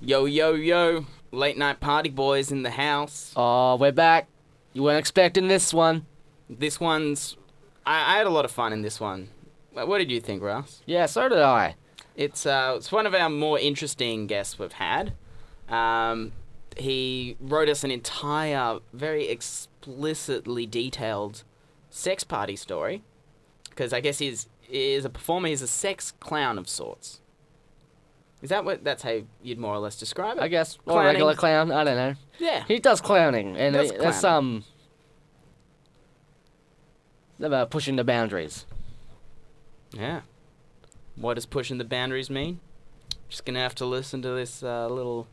Yo, yo, yo. Late night party boys in the house. Oh, we're back. You weren't expecting this one. This one's. I, I had a lot of fun in this one. Wha- What did you think, Russ? Yeah, so did I. It's, uh, it's one of our more interesting guests we've had. Um, he wrote us an entire, very explicitly detailed sex party story. Because I guess he's is a performer, he's a sex clown of sorts. Is that what? That's how you'd more or less describe it? I guess. Or Clowning. a regular clown. I don't know. Yeah. He does clowning, and Does it- that's clowning. um. About pushing the boundaries. Yeah. What does pushing the boundaries mean? Just gonna have to listen to this uh, little,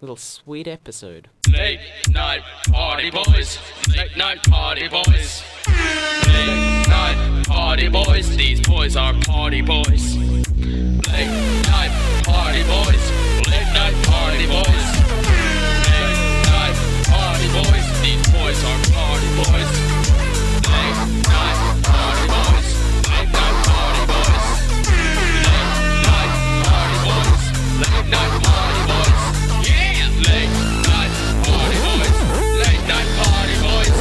little sweet episode. Late night party boys. Late night party boys. Late night party boys. These boys are party boys. Late night party boys. Late night party boys. Late night party boys. These boys are party boys. Late night party boys. Late night party boys. Late night party boys. Late night party boys. Yeah. Late night party boys. Late night party boys.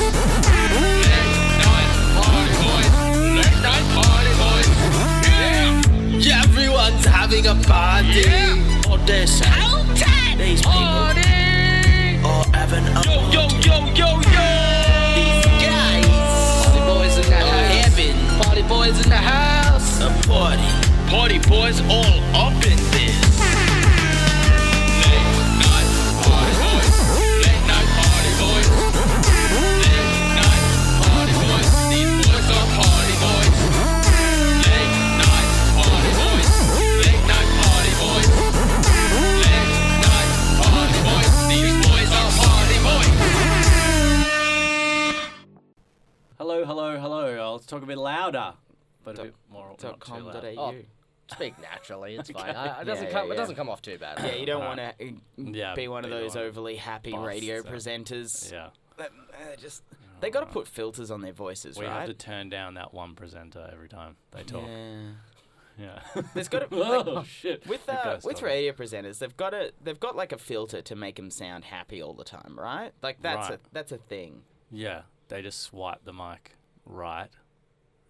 Late night party boys. Late night party boys. Yeah. Yeah, everyone's having a party. Yeah. Or this. These people. Or having a Yo, yo, yo, yo, yo. These guys. Party boys in the house. Heaven. Party boys in the house. A party. Party boys all up in this. Late night party boys. Late night party boys. Late night party boys. These boys are party boys. Late night party boys. Late night party boys. Late night party boys. These boys are party boys. Hello, hello, hello. I'll talk a bit louder, but a bit more. Dot not too com loud. dot au. Oh. Speak naturally. It's fine. I, it doesn't Yeah, come. yeah, It yeah. doesn't come off too bad. Yeah, you don't want Alright. to Yeah, be one of be those like overly happy busts, radio uh, presenters. Yeah, Uh, uh, just they got to put filters on their voices, we have right? to turn down that one presenter every time they talk. yeah. Yeah. There's got to oh shit. with It uh, goes with double. radio presenters, they've got a they've got like a filter to make them sound happy all the time, right? Like that's Right. a that's a thing. Yeah, they just swipe the mic right,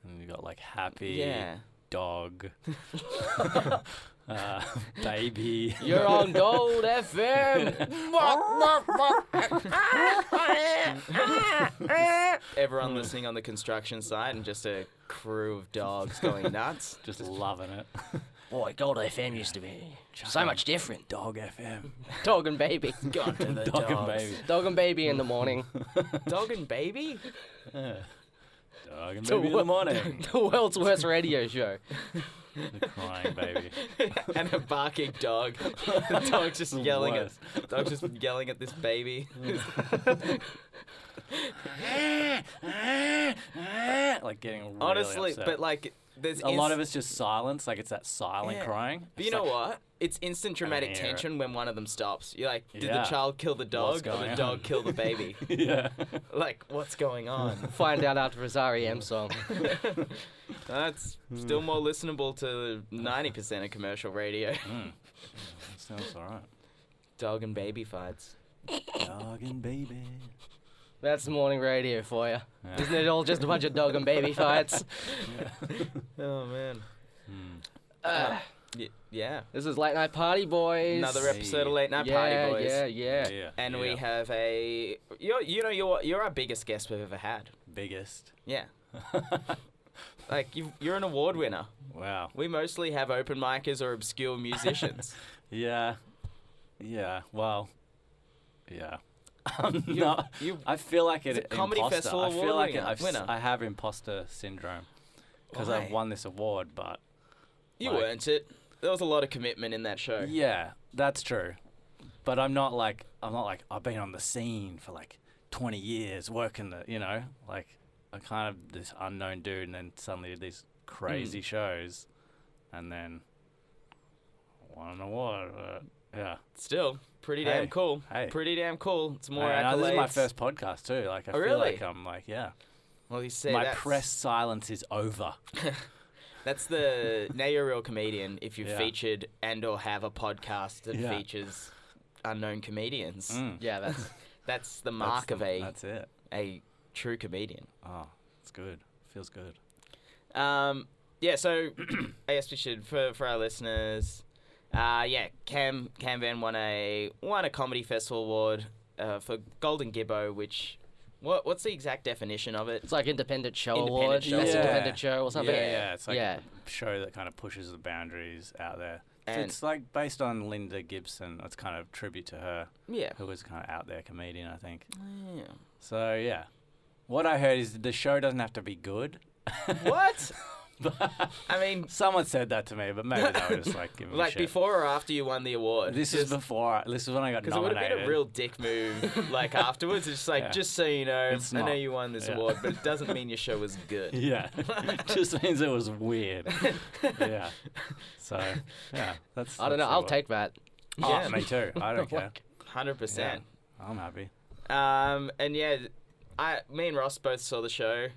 and you got like happy Yeah. dog, uh, baby. You're on Gold FM. Everyone listening on the construction site and just a crew of dogs going nuts. Just loving it. Boy, Gold FM used to be so much different. Dog FM. Dog and baby. Gone to the Dog and dogs. baby. Dog and baby in the morning. Dog and baby? Dog and baby in the morning. the world's worst radio show. the crying baby. and a barking dog. The dog's just yelling at dog's just yelling at this baby. like getting really Honestly, upset. but like there's a lot of it's just silence, like it's that silent Yeah. crying. But It's you know like, what? It's instant I traumatic hear it. tension when one of them stops. You're like, did Yeah. the child kill the dog What's or going the on? dog kill the baby? Yeah. like, what's going on? Find out after his REM song. That's Hmm. still more listenable to 90% of commercial radio. Hmm. Sounds alright. Dog and baby fights. Dog and baby. That's the morning radio for you. Yeah. Isn't it all just a bunch of dog and baby fights? Oh, man. Hmm. Uh, Y- yeah. this is Late Night Party Boys. Another rep- episode of Late Night yeah, Party Boys. Yeah, yeah, Yeah. And yeah. we have a. You're, you know, you're, you're our biggest guest we've ever had. biggest. Yeah. like, you you're an award winner. Wow. We mostly have open micers or obscure musicians. Yeah. Yeah. Well. Yeah. I'm not. you- I feel like It's it. a comedy imposter. festival I feel award like it, winner- I've, s- winner. I have imposter syndrome because Why? I've won this award, but You Like- earned it. There was a lot of commitment in that show. yeah, that's true. But I'm not like I'm not like I've been on the scene for like 20 years working the you know like I'm kind of this unknown dude, and then suddenly did these crazy shows, and then won an award. Uh, yeah. Still, pretty damn Hey, cool. hey. Pretty damn cool. It's more I accolades. Oh, know, this is my first podcast too. Like I feel really? like I'm like yeah. Well, you say my that's, press silence is over. That's the now you're a real comedian if you have Yeah. featured and or have a podcast that Yeah. features unknown comedians. Mm. Yeah, that's that's the That's mark the- of a That's it. a true comedian. Oh, it's good. Feels good. Um, yeah, so I guess we should for for our listeners. Uh, yeah, Cam Cam Van won a won a comedy festival award uh, for Golden Gibbo, which what what's the exact definition of it? It's like independent show Independent award. show Best award. independent show or something. Yeah, yeah. It's like yeah. a show that kind of pushes the boundaries out there. So And- it's like based on Linda Gibson. It's kind of tribute to her, Yeah, who was kind of out there comedian, I think. yeah. So yeah, what I heard is the show doesn't have to be good. what? I mean, Someone said that to me, but maybe they were just like giving me like shit. before or after you won the award? This is before. This is when I got Because it would nominated. have been a real dick move, like afterwards. It's just like, Yeah. just so you know, It's I know not. you won this Yeah. award, but it doesn't mean your show was good. Yeah, just means it was weird. yeah. So yeah, that's. I don't know. that's the I'll word. take that. Oh, Yeah. me too. I don't care. Hundred percent. I'm happy. Um, and yeah, I, me and Ross both saw the show,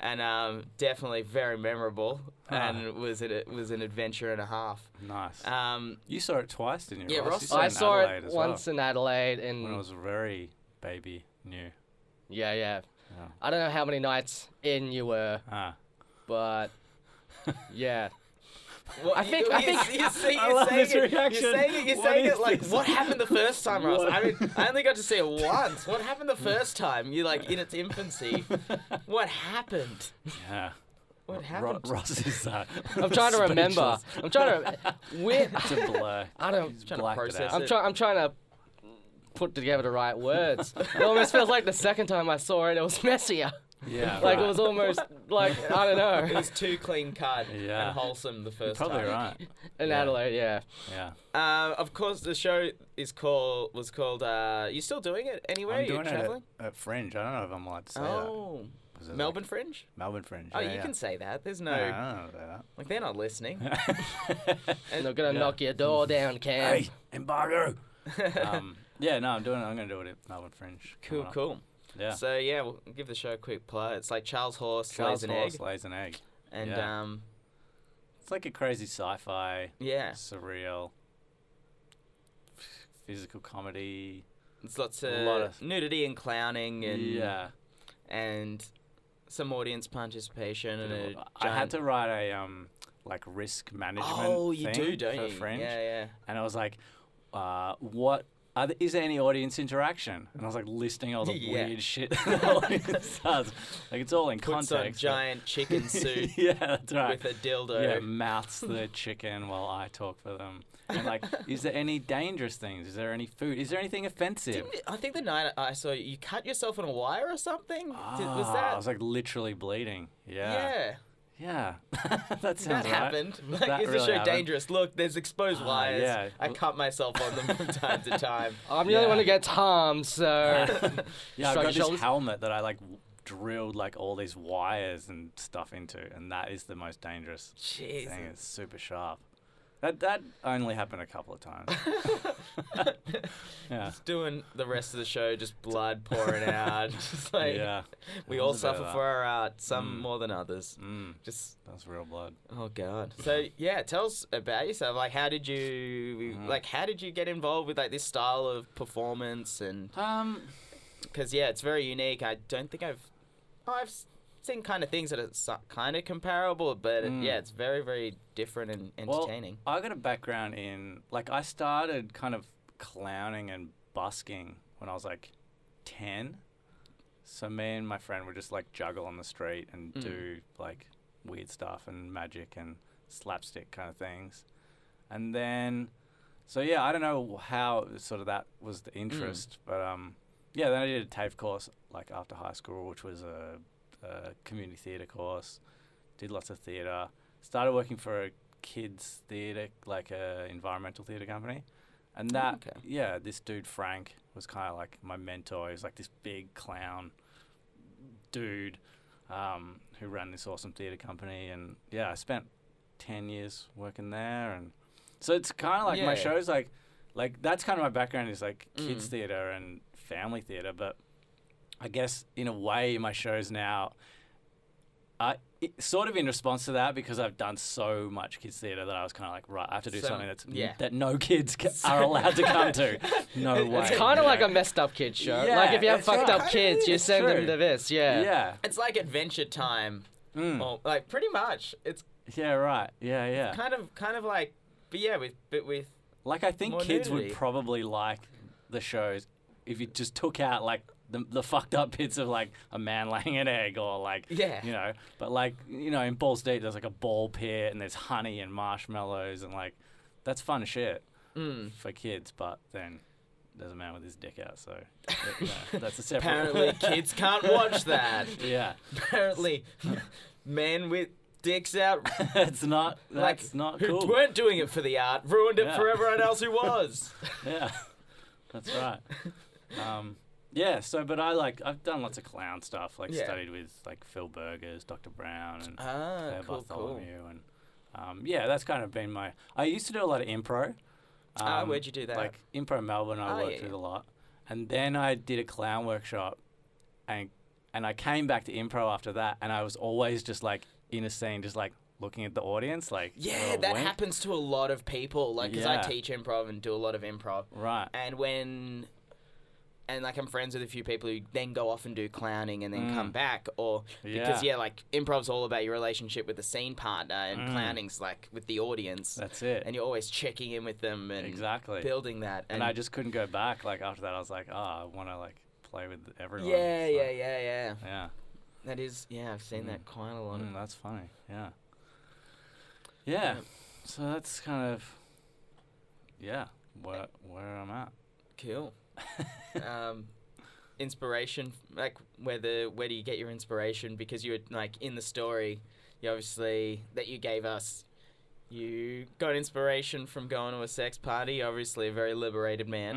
and um, definitely very memorable, Ah. and it was it was an adventure and a half. Nice. Um, you saw it twice, didn't you? yeah, Ross? Ross- You I I in saw Adelaide it as well, once in Adelaide, and Mm. when I was very baby new. yeah, yeah. Yeah. I don't know how many nights in you were, Ah. but yeah. what- I think- you- I you- think- you, see- I you're love saying this it- reaction. You're saying it. You're What saying is it like this? what happened the first time, Ross? What? I mean, I only got to see it once. What happened the first time? You're like in its infancy. What happened? Yeah. What Ro- happened? Ross is uh, I'm trying to remember. I'm trying to. We're, It's a blur. I don't. He's trying to blacked it process out. I'm trying. I'm trying to put together the right words. It almost feels like the second time I saw it, it was messier. Yeah. Like right. it was almost like I don't it know. was too clean cut Yeah. and wholesome the first Probably time. right. In Yeah. Adelaide, yeah. Yeah. Uh, of course, the show is called was called. Uh, you still doing it anywhere? I'm You're doing it at, traveling. at Fringe. I don't know if I'm allowed to say oh, that. 'cause it's Melbourne Like Fringe. Melbourne Fringe. Oh, yeah, you yeah. can say that. There's no Yeah, I don't know about like they're not listening. that. And they're gonna Yeah. knock your door down, Cam. hey, embargo. um, yeah, no, I'm doing it. I'm going to do it at Melbourne Fringe. cool, coming up. cool. Yeah. So yeah, we'll give the show a quick plug. It's like Charles Horse, Charles Charles an Horse Egg, lays an egg. and yeah. um, It's like a crazy sci-fi, yeah, surreal, physical comedy. it's lots of, A lot of- nudity and clowning and yeah. and some audience participation and a giant... I had to write a um like risk management. Oh, you thing do, don't for you? Fringe. Yeah, yeah. and I was like, uh, what? Are there, is there any audience interaction? And I was like listing all the Yeah. weird shit the audience does. Like it's all in Puts context. on but- giant chicken suit yeah, that's right. with a dildo. yeah, mouths the chicken while I talk for them. And like, is there any dangerous things? Is there any food? Is there anything offensive? Didn't- I think the night I saw you, you cut yourself on a wire or something. Did- was Ah, that? I was like literally bleeding. Yeah. yeah, Yeah. that sounds that right. happened. Like, That is the really show happened. dangerous? Look, there's exposed Ah, wires. yeah. I cut myself on them from time to time. I'm the only Yeah. one who gets harmed, so Yeah, I've Shrug your got this shoulders. helmet that I like w- drilled like all these wires and stuff into, and that is the most dangerous Jesus. thing. It's super sharp. That that only happened a couple of times. yeah. Just doing the rest of the show, just blood pouring out. Just like yeah. we all There's a bit of suffer that. for our art, some Mm. more than others. Mm, Just that's real blood. oh god. So yeah, tell us about yourself. Like how did you Mhm. like how did you get involved with like this style of performance and Um. because yeah, it's very unique. I don't think I've oh, I've s- seen kind of things that are kind of comparable, but it- Mm. yeah, it's very very different and entertaining. Well, I got a background in like I started kind of clowning and busking when I was like ten. So me and my friend would just like juggle on the street and Mm. do like weird stuff and magic and slapstick kind of things. And then so yeah, I don't know how sort of that was the interest, but um yeah, then I did a TAFE course like after high school, which was a, a community theatre course. Did lots of theatre. Started working for a kids theatre, like a environmental theatre company, and that Oh, okay. yeah, this dude Frank was kind of like my mentor. He was like this big clown dude um, who ran this awesome theatre company, and yeah, I spent ten years working there, and so it's kind of like Yeah. my shows like like that's kind of my background is like kids Mm. theatre and family theatre, but I guess in a way my shows now are uh, it- sort of in response to that because I've done so much kids theatre that I was kind of like, right, I have to do So- something that's yeah. that no kids ca- are allowed to come to. No way. It's kind of like a messed up kid show. Yeah, like if you have it's fucked right. up kids, you It's send true. them to this. Yeah. yeah, It's like Adventure Time, Mm. or like pretty much. It's yeah, right, yeah, yeah. kind of kind of like, but yeah, with but with Like I think More kids would nudity. probably like the shows if you just took out like the, the fucked up bits of like a man laying an egg or like Yeah. you know but like you know in Ball State there's like a ball pit and there's honey and marshmallows and like that's fun shit Mm. for kids but then there's a man with his dick out so you know, that's a separate apparently kids can't watch that. yeah Apparently, men with dicks out it's not like that's not who cool weren't doing it for the art ruined it Yeah. for everyone else who was. yeah, that's right. Um, yeah, so but I like I've done lots of clown stuff, like Yeah. studied with like Phil Burgers, Dr. Brown, and ah, Claire Bartholomew, and um, yeah, that's kind of been my. I used to do a lot of impro. Um, Ah, where'd you do that? Like impro Melbourne, I Ah, worked yeah, with yeah. a lot, and then I did a clown workshop, and and I came back to impro after that, and I was always just like in a scene, just like looking at the audience, like Yeah, little that wink. happens to a lot of people. Like, because Yeah. I teach improv and do a lot of improv. Right. And when, and like, I'm friends with a few people who then go off and do clowning and then come back. Or, because, Mm. Yeah. yeah, like, improv's all about your relationship with the scene partner, and clowning's like with the audience. Mm. That's it. And you're always checking in with them and Exactly. building that. and I just couldn't go back. Like after that, I was like, ah, I want to like play with everyone. Yeah, So, yeah, yeah, yeah. yeah. That is, yeah, I've seen that quite a lot. Mm, that's funny. Yeah. Yeah. So that's kind of, yeah, where where I'm at. Cool. um, inspiration, like whether where do you get your inspiration? Because you were like in the story, you obviously that you gave us, you got inspiration from going to a sex party. You're Obviously, a very liberated man.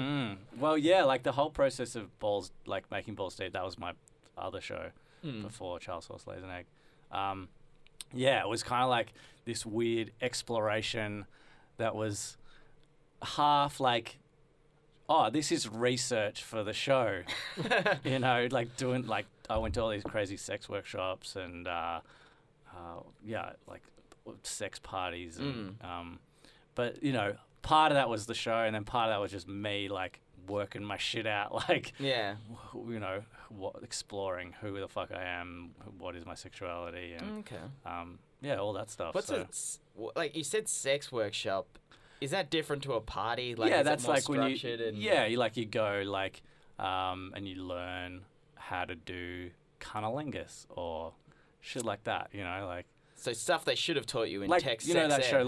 Mm. Well, yeah, like the whole process of balls, like making Ball State, that was my other show Hmm. before Charles Horse Lays an Egg. Um, yeah, it was kind of like this weird exploration that was half like, oh, this is research for the show. you know, like doing, like, I went to all these crazy sex workshops and, uh, uh, yeah, like sex parties. Mm. And, um, but, you know, part of that was the show, and then part of that was just me, like, working my shit out. Like, Yeah. wh- you know, what, exploring who the fuck I am, what is my sexuality, and Mm, Okay. um, yeah, all that stuff. What's so. a s- wh- like? You said sex workshop. Is that different to a party? Like, yeah, is it that's more like when you structured and yeah, you, like you go like um, and you learn how to do cunnilingus or shit like that. You know, like so stuff they should have taught you in like text. you know that sex show ed.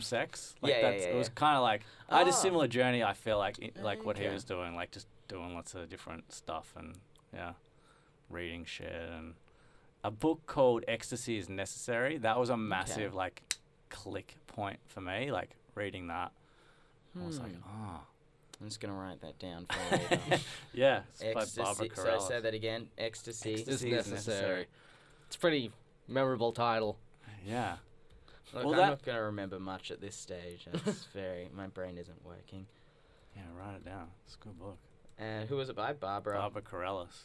sex. Like Yeah, yeah, that's, yeah, It was yeah. kind of like I had a Ah. similar journey. I feel like i- like what he Okay. was doing, like just doing lots of different stuff and yeah, reading shit and a book called Ecstasy is Necessary. That was a massive like click point for me. Like reading that, I was Hmm. like, ah, I'm just gonna write that down for later. yeah, it's by Barbara Ecstasy. So Corrales. say that again. Ecstasy. It's Disease necessary. necessary. It's pretty memorable title. yeah. Look, Well, I'm that- not going to remember much at this stage. That's very. My brain isn't working. Yeah, write it down. It's a good book. And who was it by? Barbara. Barbara Corellis.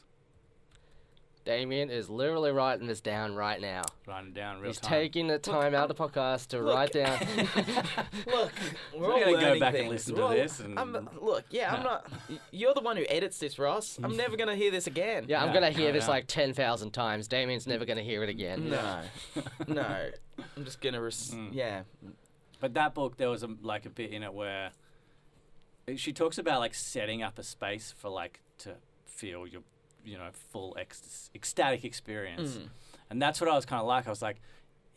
Damien is literally writing this down right now. Writing it down real He's time. taking the time out of podcast to write down. Look, we're all gonna go learning back and things. listen to Well, this and- I'm, look, yeah, I'm not. y- You're the one who edits this, Ross. I'm never going to hear this again. yeah, I'm Yeah, gonna hear yeah, this yeah. like ten thousand times. Damien's never gonna hear it again. No. no. I'm just going to. Res- Mm. Yeah. But that book, there was a, like a bit in it where she talks about like setting up a space for like to feel your, you know, full ecstasy, ecstatic experience, and that's what I was kind of like. I was like,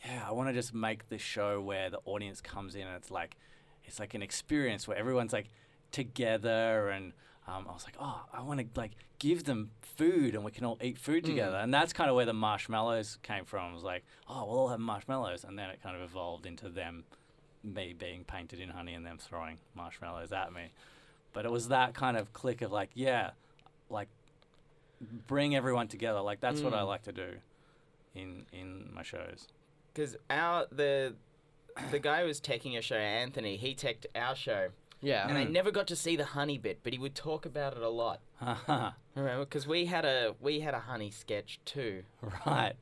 yeah, I want to just make this show where the audience comes in and it's like, it's like an experience where everyone's like together and. Um, I was like, oh, I want to like give them food, and we can all eat food together, and that's kind of where the marshmallows came from. I was like, oh, we'll all have marshmallows, and then it kind of evolved into them me being painted in honey and them throwing marshmallows at me. But it was that kind of click of like, yeah, like bring everyone together. Like that's Mm. what I like to do in in my shows. Because our. The. The guy who was taking your show, Anthony, he teched our show. Yeah. And Mm. I never got to see the honey bit, but he would talk about it a lot. right. Remember, because we had a we had a honey sketch too. Bit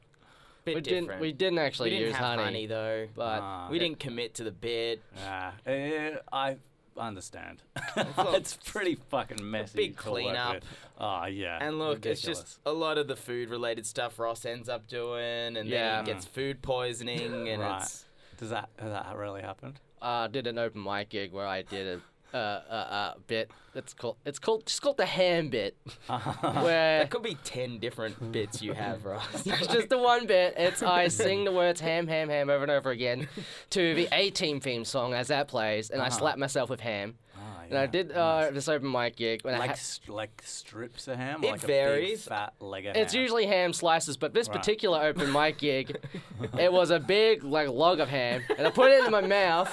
we different. didn't. We didn't actually We didn't use have honey, honey, though. but Ah. we didn't commit to the bit. Ah, eh, I understand. it's pretty fucking messy. big to work cleanup. with. Oh yeah. And look, it's ridiculous. just a lot of the food related stuff Ross ends up doing, and Yeah. then he gets food poisoning, and Right. it's. Does that has that really happened? uh, did an open mic gig where I did a uh, uh, uh, bit. It's called. It's called. It's called the ham bit. Ah, where That could be 10 different bits you have, Ross. It's just the one bit. It's I sing the words ham, ham, ham over and over again to the A Team theme song as that plays, and I slap myself with ham. Ah, And I yeah, did uh, nice. this open mic gig. When I like ha- st- like strips of ham. It or like A big varies. fat leg of it's ham? usually ham slices, but this Right. particular open mic gig, it was a big like log of ham, and I put it in my mouth,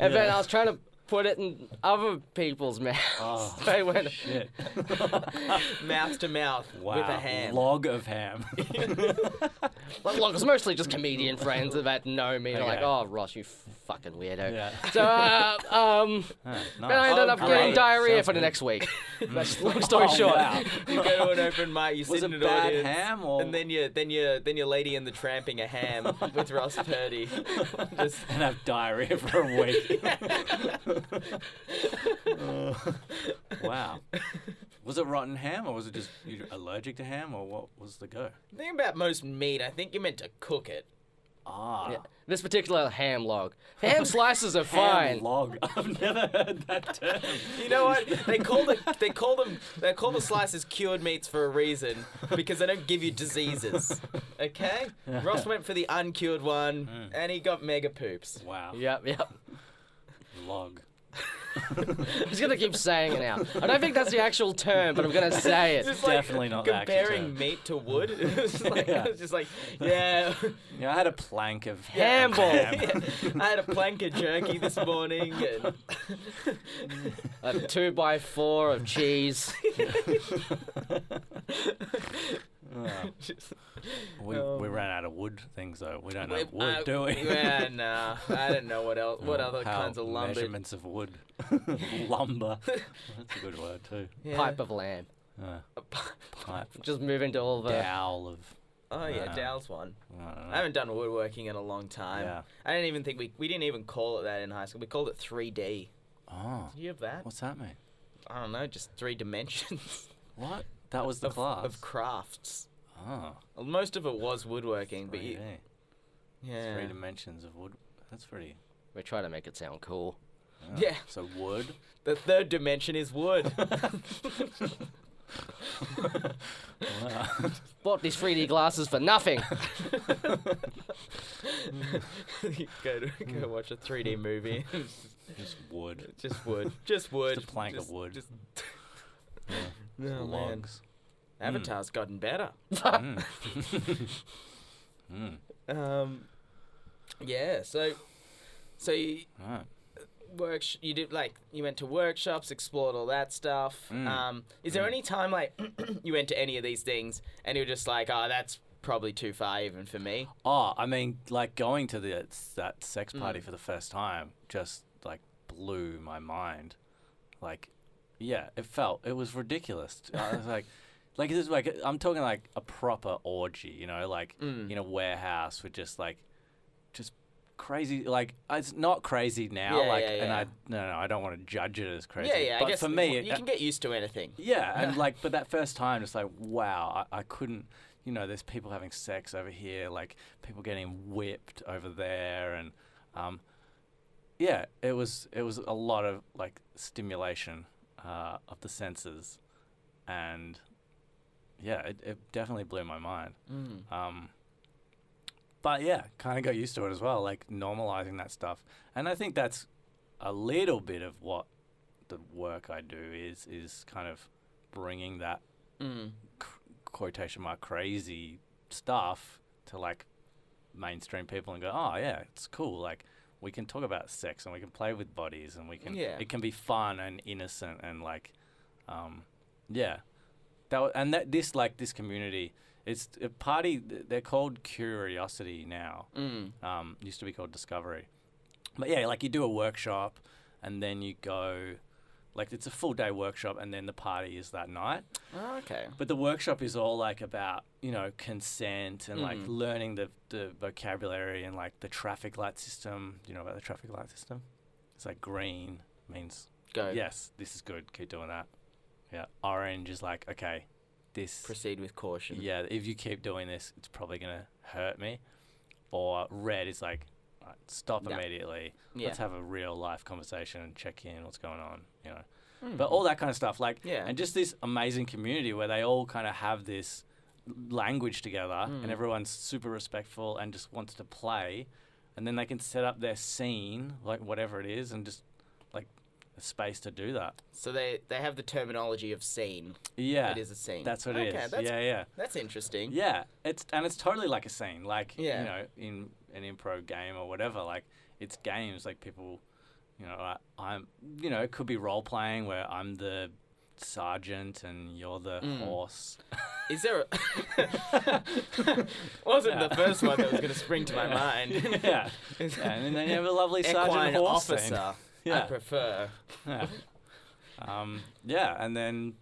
and then I was trying to put it in other people's mouths. Oh, they went, shit. mouth to mouth Wow. with a hand. Log of ham. Like, look, it's mostly just comedian friends that know me. and are like, Okay. oh, Ross, you fucking weirdo. yeah. So, uh, um, Ah, then I nice. ended up great. getting diarrhea Sounds for the good. Oh, next week. That's long story short. wow. You go to an open mic, you Was sit in it an bad audience, ham or and then you then you then your lady and the tramping a ham with Ross Purdy. Just and have diarrhea for a week. Uh, wow. Was it rotten ham or was it just you allergic to ham or what was the go? think about most meat. I think you're meant to cook it. Ah. Yeah, This particular ham log. Ham slices are Ham fine. log. I've never heard that term. You know what? They call the they call them they call the slices cured meats for a reason because they don't give you diseases. Okay? Ross went for the uncured one and he got mega poops. Wow. Yep, yep. Log. I'm just gonna keep saying it now. I don't think that's the actual term, but I'm gonna say it. It's like Definitely not the actual comparing term. meat to wood. It's just like, Yeah. it's just like yeah. Yeah, I had a plank of Ham ball. Ham. I had a plank of jerky this morning. And A two by four of cheese. Yeah. we, we ran out of wood things though. Um, We don't know Wait, wood, uh, do we? Yeah, nah. I don't know what else. What Oh, other how kinds of lumber? Measurements of wood. lumber. That's a good word too. Yeah. Pipe of lamb. Uh, pipe. Just move into all the. Dowel of. Oh yeah, Wow. Dow's one. I don't know. I haven't done woodworking in a long time. Yeah. I didn't even think we we didn't even call it that in high school. We called it 3D. Did Oh, you have that? what's that mean? I don't know, just three dimensions What? That was the of, class. of crafts. oh, Most of it was woodworking, but you, 3D. yeah, Three dimensions of wood. That's pretty. We try to make it sound cool. yeah. So wood. The third dimension is wood. Wow. Bought these 3D glasses for nothing. You go to, Mm. go watch a 3D movie. It's Just wood. just wood. Just wood. Just a plank of wood. Just Yeah. Oh, man. Logs. Avatar's gotten better. Mm. mm. Um, yeah. So, so you, Right. work you did like you went to workshops explored all that stuff Mm. um is there any time like you went to any of these things and you were just like oh that's probably too far even for me Oh, I mean, like going to the that sex Mm. party for the first time just like blew my mind. Like, yeah, it felt it was ridiculous. I was like, like this is like I'm talking like a proper orgy, you know, like Mm. in a warehouse with just like just crazy. Like it's not crazy now. Yeah, like, yeah, and yeah. I no, no, I don't want to judge it as crazy. yeah yeah but i guess for me, uh, you it- can get used to anything yeah, and like, but that first time, it's like, wow, I, I couldn't. You know, there's people having sex over here, like people getting whipped over there, and um, yeah, it was it was a lot of like stimulation uh, of the senses, and yeah, it, it definitely blew my mind. Mm, Um, but yeah, kind of got used to it as well, like normalizing that stuff, and I think that's a little bit of what the work I do is is kind of bringing that mm. c- quotation mark crazy stuff to like mainstream people and go, oh yeah, it's cool. Like we can talk about sex and we can play with bodies and we can Yeah. it can be fun and innocent and like, um, yeah, that wa- and that this like this community. It's a party. th- They're called Curiosity now. Mm. Um, used to be called Discovery. But yeah, like you do a workshop, and then you go Like it's a full day workshop, and then the party is that night. Oh, okay. But the workshop is all like about you know consent and like learning the the vocabulary and like the traffic light system. Do you know about the traffic light system? It's like green means Go. yes, this is good. Keep doing that. Yeah, orange is like okay, this. Proceed with caution. yeah, if you keep doing this, it's probably gonna hurt me. Or red is like "All right, stop No. immediately. Yeah. Let's have a real life conversation and check in what's going on. You know but all that kind of stuff like Hmm. Yeah. and just this amazing community where they all kind of have this language together Hmm. and everyone's super respectful and just wants to play and then they can set up their scene like whatever it is and just like a space to do that So they they have the terminology of scene. yeah It is a scene. that's what it Okay, is that's- yeah yeah That's interesting. yeah it's and it's totally like a scene like Yeah. you know in an improv game or whatever like it's games like people you know I, i'm you know it could be role playing where i'm the sergeant and you're the Mm. horse Is there? A... Wasn't Yeah. the first one that was going to spring to my mind. yeah. Yeah, and then you have a lovely Equine sergeant horse officer. scene. Yeah. I prefer. Yeah. Um, yeah, and then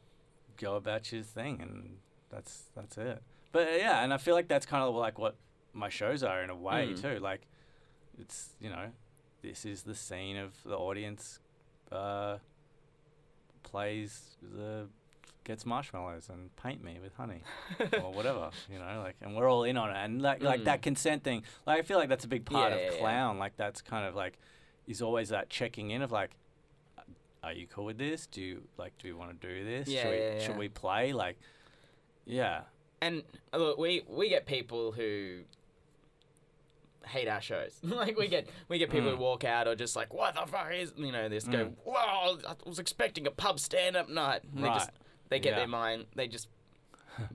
go about your thing, and that's that's it. But uh, yeah, and I feel like that's kind of like what my shows are in a way Hmm. too. Like, it's you know, this is the scene of the audience uh, plays the gets marshmallows and paint me with honey or whatever you know like and we're all in on it and like like that consent thing like i feel like that's a big part Hmm. Yeah, yeah, of yeah. clown like that's kind of like is always that checking in of like are you cool with this do you like do we want to do this Yeah, should, we, yeah, yeah. should we play like yeah And uh, look, we we get people who hate our shows. like we get we get Mm. people who walk out or just like, what the fuck is you know this? Go, whoa! I was expecting a pub stand up night. And They just Right. they get Yeah. their mind they just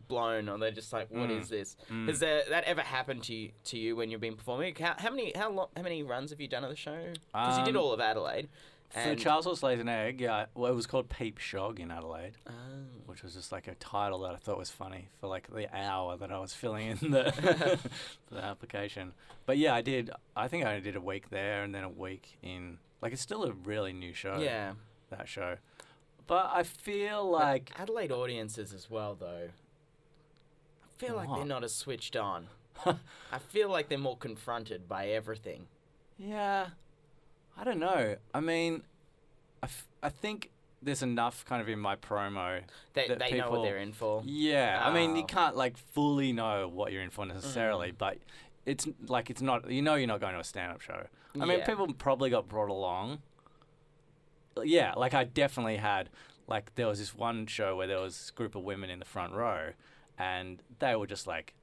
blown or they're just like, what Mm. is this? Has there, that ever happened to you, to you when you've been performing? How, how many how long how many runs have you done of the show? Because you did Um, all of Adelaide. so Charles Horse Lays an Egg, yeah, well, it was called Peep Shog in Adelaide, Oh. which was just like a title that I thought was funny for like the hour that I was filling in the, the application. But yeah, I did, I think I only did a week there and then a week in, like, it's still a really new show, yeah. that show. But I feel like, Adelaide audiences as well, though. I feel like What? they're not as switched on. I feel like they're more confronted by everything. yeah, I don't know. I mean, I, f- I think there's enough kind of in my promo They, that they know what people- they're in for. Yeah, I mean, you Oh. can't like fully know what you're in for necessarily, Mm. but it's n- like it's not. You know, you're not going to a stand-up show. I mean, Yeah. people probably got brought along. Yeah, like I definitely had. Like there was this one show where there was this group of women in the front row, and they were just like,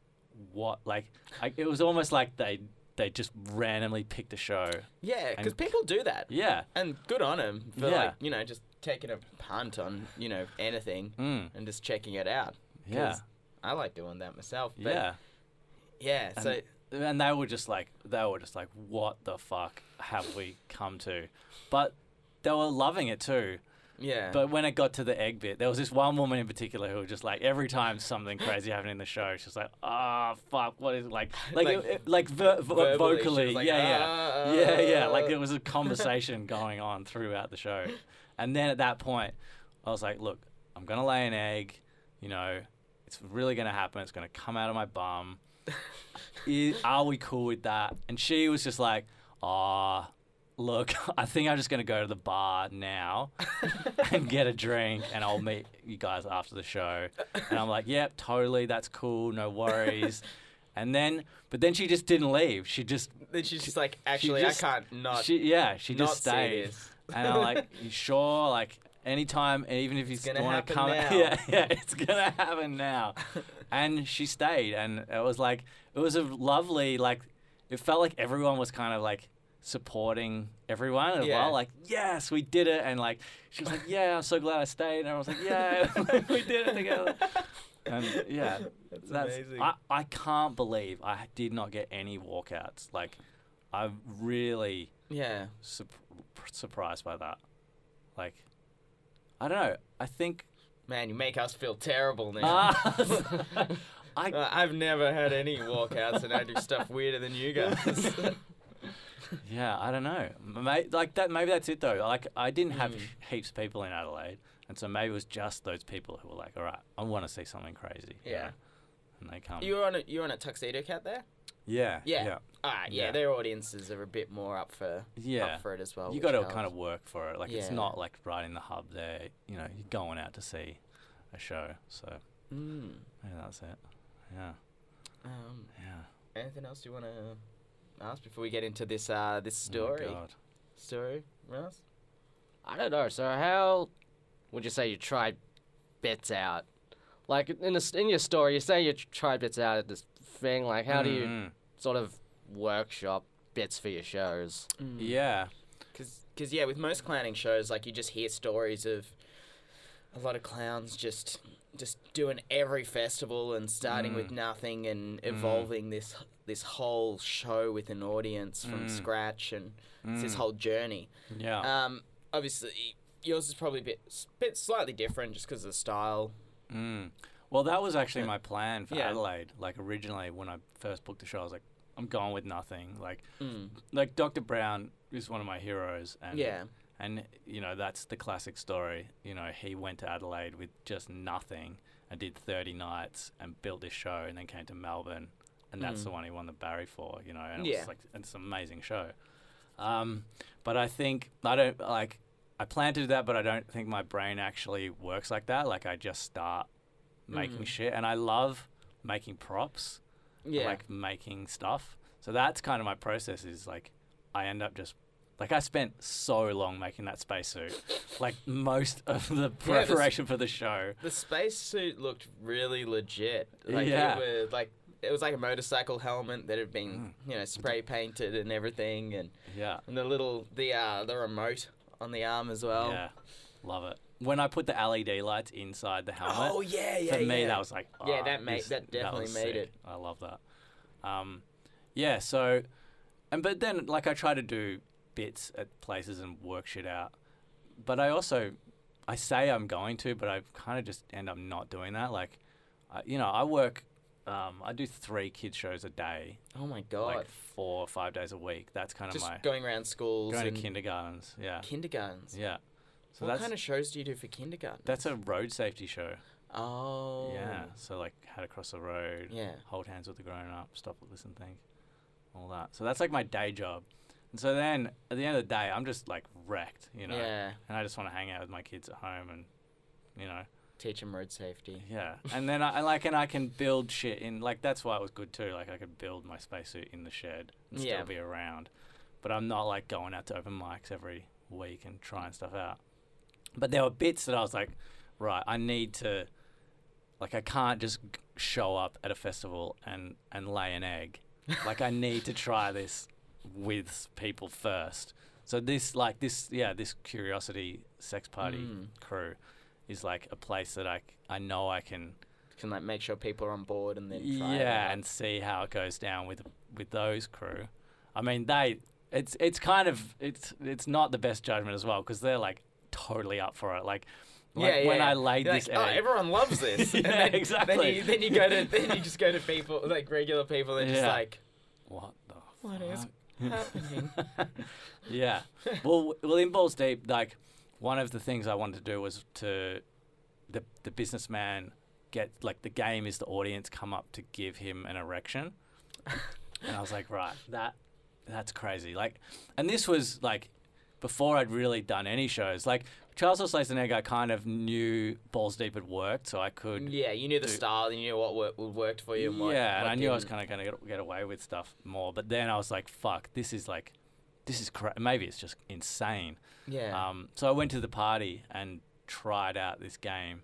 "What?" Like, I, it was almost like they they just randomly picked a show. Yeah, because And- people do that. Yeah, And good on them for, Yeah. like, you know, just taking a punt on, you know, anything Mm. and just checking it out. 'Cause Yeah. I like doing that myself. But yeah. yeah. Yeah, so. and they were just like they were just like what the fuck have we come to but they were loving it too yeah. but when it got to the egg bit there was this one woman in particular who was just like every time something crazy happened in the show she was like ah fuck what is like like Like, it, it- like ver- vo- verbally, she was vocally like, yeah "Ah." yeah yeah yeah like there was a conversation going on throughout the show and then at that point i was like look i'm gonna lay an egg you know it's really gonna happen it's gonna come out of my bum is, are we cool with that? And she was just like, ah, look, I think I'm just going to go to the bar now and get a drink and I'll meet you guys after the show. And I'm like, yep, totally. That's cool. No worries. and then, but then she just didn't leave. She just, then she's just like, actually, just- I can't not. she, yeah, she not just stayed. serious. And I'm like, you sure? Like, anytime, and even if you gonna want to happen come, now. yeah, yeah, it's gonna happen now. and she stayed, and it was like, it was a lovely, like, it felt like everyone was kind of like supporting everyone as Yeah. well. Like, yes, we did it, and like, she was like, yeah, I'm so glad I stayed, and I was like, yeah, we did it together. And yeah, that's, amazing. I, I can't believe I did not get any walkouts. Like, I really yeah. sup- surprised by that. Like, I don't know. I think Ah. Man, you make us feel terrible now. I Uh, I've never had any walkouts, and I do stuff weirder than you guys. Yeah, I don't know. May like that. Maybe that's it though. Like I didn't have Mm. heaps of people in Adelaide, and so maybe it was just those people who were like, "All right, I want to see something crazy." you Yeah. know? and they come. You were on a you were on a tuxedo cat there. yeah, Yeah. yeah. All right. Ah, Yeah, Yeah. Their audiences are a bit more up for Yeah. up for it as well. you which got to helps. kind of work for it. Like it's Yeah. not like right in the hub there. You know, you're going out to see a show, so Mm. maybe that's it. Yeah, Um, yeah. Oh anything else you want to ask before we get into this uh this Oh, story God. story, Ross? I don't know, sir. How would you say you tried bits out? Like in this, in your story, you say you tr- tried bits out at this thing. Like, how do you Mm-hmm. Mm, sort of workshop bits for your shows? Mm. Yeah, Because yeah, with most clowning shows, like you just hear stories of a lot of clowns just just doing every festival and starting with nothing and evolving this this whole show with an audience from scratch and it's this whole journey. yeah. Um, obviously yours is probably a bit s- bit slightly different just because of the style. Mm. Well, that was actually my plan for Yeah. Adelaide. Like originally, when I first booked the show, I was like, "I'm going with nothing." Like, like Dr. Brown is one of my heroes, and Mm. Yeah. and you know that's the classic story. You know, he went to Adelaide with just nothing and did 30 nights and built this show, and then came to Melbourne, and that's the one he won the Barry for. You know, and it Yeah. was like it's an amazing show. Um, but I think I don't like. I plan to do that, but I don't think my brain actually works like that. Like I just start making shit, and I love making props, I Yeah. like making stuff. So that's kind of my process. Is like I end up just like I spent so long making that spacesuit, like most of the that's- preparation for the show. The spacesuit looked really legit. Like Yeah. it was like it was like a motorcycle helmet that had been, you know, spray painted and everything and, Yeah, and the little the uh the remote on the arm as well. yeah, love it. When I put the LED lights inside the helmet, Oh yeah, yeah. for me yeah. that was like Yeah, "Ah, that made- this- that definitely was made sick. it." i love that um yeah so and but then like i try to do bits at places and work shit out but i also i say i'm going to but i kind of just end up not doing that like I, you know i work um i do three kids shows a day Oh my god. like four or five days a week that's kind of Just my going around schools going to and kindergartens yeah kindergartens. yeah so what that's kind of shows do you do for kindergarten? that's a road safety show oh Yeah. So like how to cross the road. Yeah. Hold hands with the grown up. Stop at this and think. All that. So that's like my day job. And so then at the end of the day, I'm just like wrecked, you know. Yeah. And I just want to hang out with my kids at home and, you know, Teach 'em road safety. yeah. And then I I like and I can build shit in like that's why it was good too. Like I could build my spacesuit in the shed and Yeah. still be around. But I'm not like going out to open mics every week and trying stuff out. But there were bits that I was like, right, I need to like I can't just g- show up at a festival and and lay an egg. Like I need to try this with people first. So this like this yeah, this curiosity sex party Mm. crew is like a place that I c- I know I can Can like make sure people are on board and then try it yeah out. and see how it goes down with with those crew. I mean they it's it's kind of it's it's not the best judgment as well because they're like totally up for it. Like, like when I laid You're this like, egg, Oh, everyone loves this. Yeah, then, Then exactly. you, then you go to then you just go to people like regular people and just Yeah. like what the what fuck? is happening? Yeah. Well, w- well, in Balls Deep, like one of the things I wanted to do was to the the businessman get like the game is the audience come up to give him an erection, and I was like, right, that that's crazy. Like, and this was like before I'd really done any shows. Like Charles Schwarzenegger, I kind of knew Balls Deep had worked, so I could yeah, you knew the Dude. style, you knew what worked, worked for you. And what, yeah, and what I knew I was didn't. kind of going to get, get away with stuff more. But then I was like, fuck, this is like, this is cra- maybe it's just insane. yeah. Um, so I went to the party and tried out this game.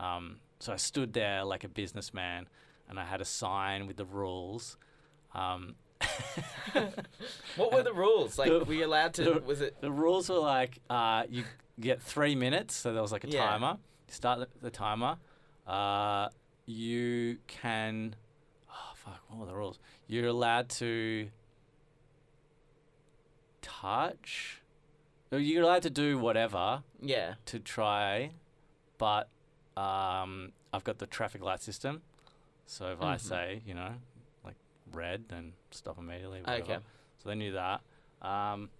Um, so I stood there like a businessman, and I had a sign with the rules. Um, what were the rules? Like, the- were you allowed to? the- was it? the rules were like uh, you get three minutes, so there was like a Yeah. timer. You start the, the timer. Uh, you can. Oh, fuck, what were the rules? You're allowed to touch. No, You're allowed to do whatever Yeah. to try, but um, I've got the traffic light system. So if I say, you know, like red, then stop immediately. Whatever. Okay. So they knew that. Um,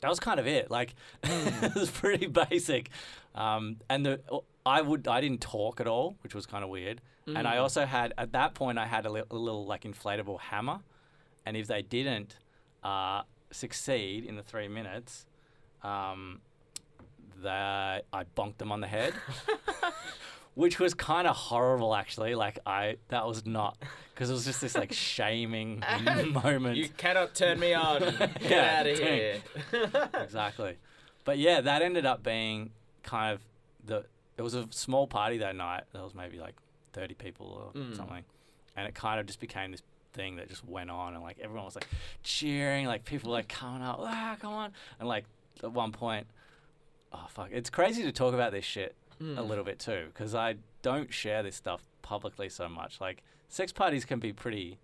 that was kind of it. Like it was pretty basic. Um, and the I would I didn't talk at all, which was kind of weird. And I also had at that point I had a, li- a little like inflatable hammer, and if they didn't uh, succeed in the three minutes, um, that I bonked them on the head. Which was kind of horrible, actually. Like I, that was not because it was just this like shaming moment. You cannot turn me on. Get Yeah, out of drink. here. exactly. But yeah, that ended up being kind of the. It was a small party that night. There was maybe like thirty people or something, and it kind of just became this thing that just went on, and like everyone was like cheering, like people were, like coming up, ah, come on, and like at one point, oh fuck, it's crazy to talk about this shit a little bit too, because I don't share this stuff publicly so much. Like sex parties can be pretty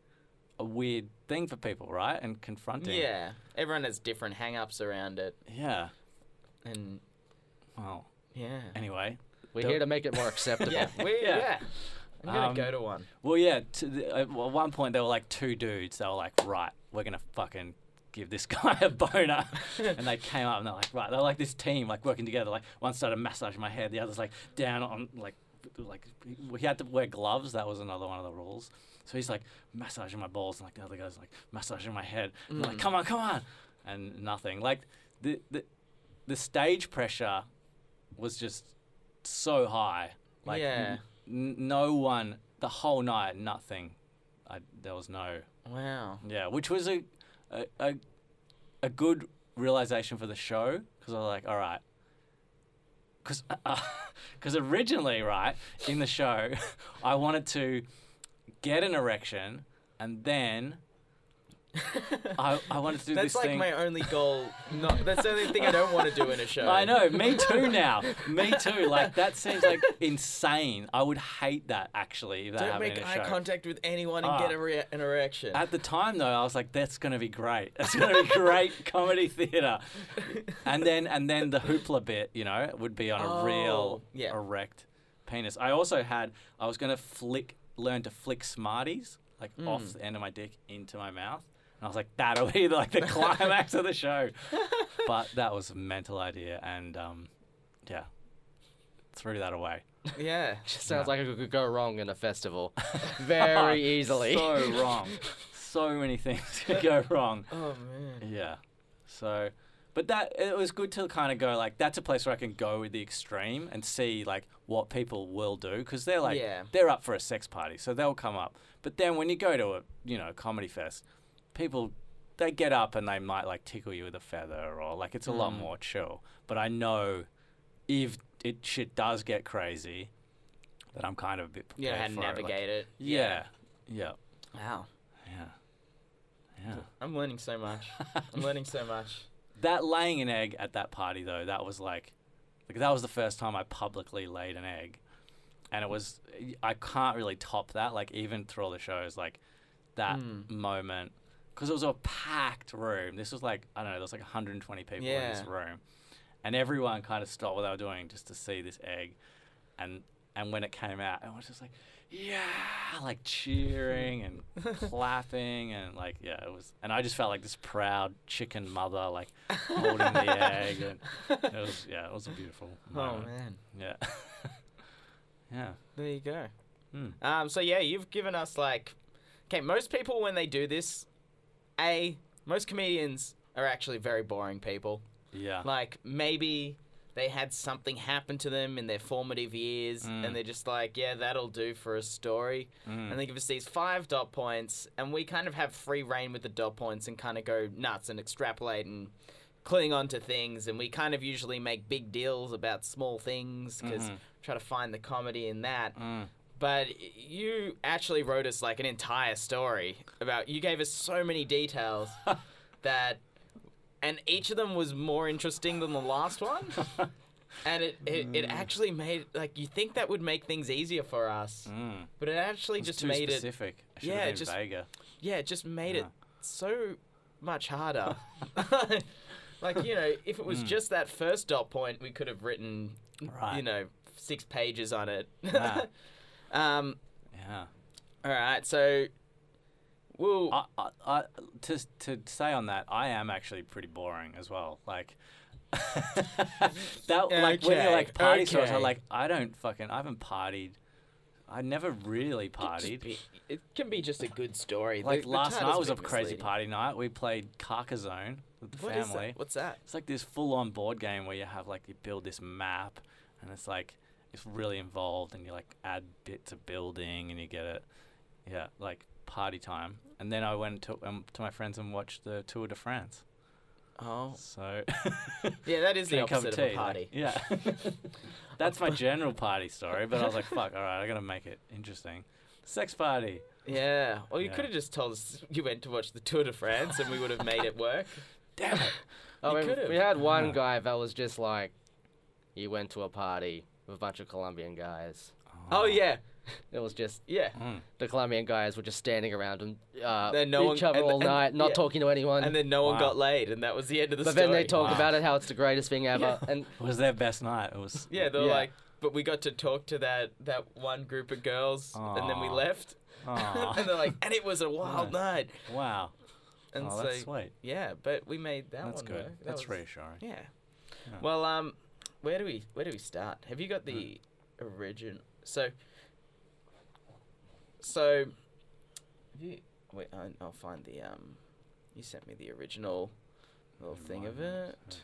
a weird thing for people, right? And confronting. Yeah. Everyone has different hang ups around it. Yeah. And Well, yeah. anyway, We're Don't- here to make it more acceptable. Yeah. We, yeah. I'm going to Um, go to one. Well, yeah. To the, at w- one point, there were like two dudes. They were like, "Right, we're gonna fucking give this guy a boner," and they came up and they're like, "Right." They're like this team, like working together. Like one started massaging my head, the other's like down on like like he had to wear gloves. That was another one of the rules. So he's like massaging my balls, and like the other guy's like massaging my head. And they're like, "Come on, come on," and nothing. Like the the the stage pressure was just so high. Like Yeah. n- no one the whole night nothing. I, there was no Um, Wow. yeah, which was a a a, a good realization for the show because I was like, all right. Because originally, right, in the show, I wanted to get an erection and then I, I wanted to do That's this like thing. my only goal. No, that's the only thing I don't want to do in a show. I know, me too now. Me too. Like, that seems like insane. I would hate that, actually, if that Don't happened make in a eye show. contact with anyone and Ah. get a rea- an erection. At the time, though, I was like, "That's going to be great. That's going to be great comedy theater." And then, and then the hoopla bit, you know, would be on a real Oh, yeah. erect penis. I also had. I was going to flick, learn to flick Smarties like Hmm. off the end of my dick into my mouth, and I was like, "That'll be like the climax of the show." But that was a mental idea, and um, yeah, threw that away. yeah. Sounds like it could go wrong in a festival very easily. So wrong. So many things could go wrong. Oh man. Yeah. So, but that it was good to kind of go like that's a place where I can go with the extreme and see like what people will do because they're like Yeah. they're up for a sex party, so they'll come up. But then when you go to a you know comedy fest, people they get up and they might like tickle you with a feather or like it's a Mm. lot more chill. But I know if it shit does get crazy, that I'm kind of a bit You prepared know how to for it, like- navigate it. yeah. Yeah. Wow. Yeah. Yeah. I'm learning so much. I'm learning so much. that laying an egg at that party though that was like, like that was the first time i publicly laid an egg and it was i can't really top that like even through all the shows like that moment because it was a packed room this was like i don't know there was like 120 people in this Yeah. room and everyone kind of stopped what they were doing just to see this egg and and when it came out everyone was just like yeah like cheering and clapping and like yeah it was and i just felt like this proud chicken mother like holding the egg and it was yeah it was a beautiful Oh moment. man. yeah yeah There you go. Hmm. Um, so yeah, you've given us like, okay, most people when they do this, a most comedians are actually very boring people. yeah Like maybe they had something happen to them in their formative years, Hmm. and they're just like, yeah, that'll do for a story. Mm. And they give us these five dot points, and we kind of have free reign with the dot points and kind of go nuts and extrapolate and cling on to things. And we kind of usually make big deals about small things because Mm-hmm. try to find the comedy in that. Mm. But you actually wrote us like an entire story about. You gave us so many details that, and each of them was more interesting than the last one. And it, it, Mm. it actually made like you think that would make things easier for us, Mm. but it actually It's just too made it specific I should've yeah, been just- vaguer. yeah, it just made it Yeah. so much harder. like, you know, if it was just that first dot point, we could have written, Mm. Right. you know, six pages on it. Ah, um, yeah all right, so Well, I, I, I, to to say on that, I am actually pretty boring as well. Like that, like when you're like Okay, party stores, okay. I'm like, I don't fucking, I haven't partied. I never really just partied. be- it can be just a good story. The- like the last night title's was a been crazy misleading. party night. We played Carcassonne with the What is family. that? What's that? It's like this full-on board game where you have like you build this map, and it's like it's really involved, and you like add bits of building, and you get it. Yeah, like party time. And then I went to um, to my friends and watched the Tour de France. Oh, So yeah, that is the drink a cup opposite of, of tea. a like- party. yeah, that's my general party story. But I was like, fuck, all right, I gotta make it interesting. Sex party. yeah. Well, you Yeah. could have just told us you went to watch the Tour de France, and we would have made it work. Damn it. I You mean, could've. Oh, we had one guy that was just like, he went to a party with a bunch of Colombian guys. Oh yeah, It was just yeah. Oh, mm. the Colombian guys were just standing around and uh, Then no each one- other and- all and- night, not yeah. talking to anyone. And then no one Wow. got laid, and that was the end of the but story. then they talk Wow. about it, how it's the greatest thing ever. And It was their best night. It was. Yeah, they were Yeah. like, but we got to talk to that that one group of girls, and then we Aw. left. Aw. and they're like, and it was a wild Nice. night. wow. And oh, so, that's sweet. yeah, but we made that That's one. good. work. That that's was- reassuring. Yeah. Well, um, where do we where do we start? Have you got the origin? So, so, have you, wait, I, I'll find the um, you sent me the original little thing of Environment, it.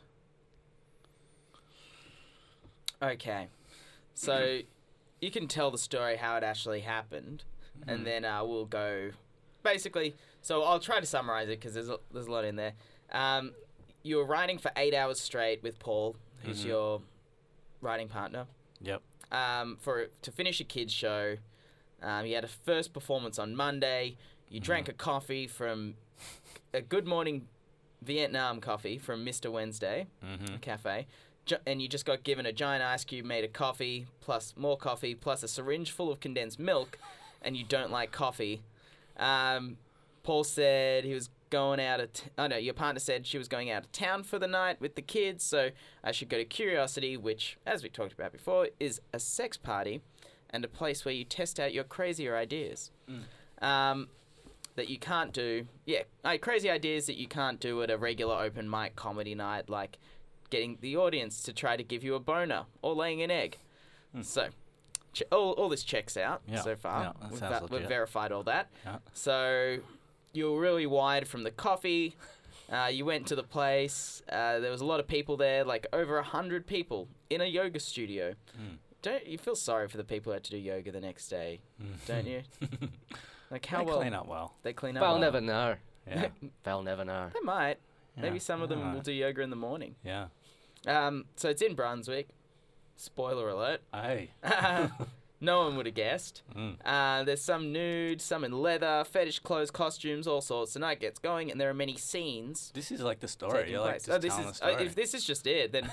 Okay, so you can tell the story how it actually happened, and then uh, we'll go. Basically, so I'll try to summarize it because there's a, there's a lot in there. Um, you were riding for eight hours straight with Paul, who's your riding partner, Yep. um, for to finish a kids show. Um, you had a first performance on Monday. You drank a coffee from a Good Morning Vietnam coffee from Mr. Wednesday Mm-hmm. cafe, ju- and you just got given a giant ice cube made of coffee, plus more coffee, plus a syringe full of condensed milk, and you don't like coffee. Um, Paul said he was going out of. T- oh no, your partner said she was going out of town for the night with the kids, so I should go to Curiosity, which, as we talked about before, is a sex party and a place where you test out your crazier ideas. Um, that you can't do. Yeah, like crazy ideas that you can't do at a regular open mic comedy night, like getting the audience to try to give you a boner or laying an egg. So, che- all, all this checks out Hmm. Yeah, so far. yeah, that we've, sounds we've legit. verified all that. Yeah. So, you were really wired from the coffee. Uh, you went to the place. Uh, there was a lot of people there, like over a hundred people in a yoga studio. Hmm. Don't you feel sorry for the people who had to do yoga the next day? Don't you? like how Hmm. They well clean up well. they clean up. they'll never know. Yeah. They'll never know. They might. Maybe Yeah, some of them will alright. do yoga in the morning. yeah. Um, so it's in Brunswick. Spoiler alert. Hey. no one would have guessed. Mm. Uh, there's some nude, some in leather, fetish clothes, costumes, all sorts. The night gets going, and there are many scenes. This is like the story. taking You're like place. just Oh, this telling is, the story. uh, if this is just it, then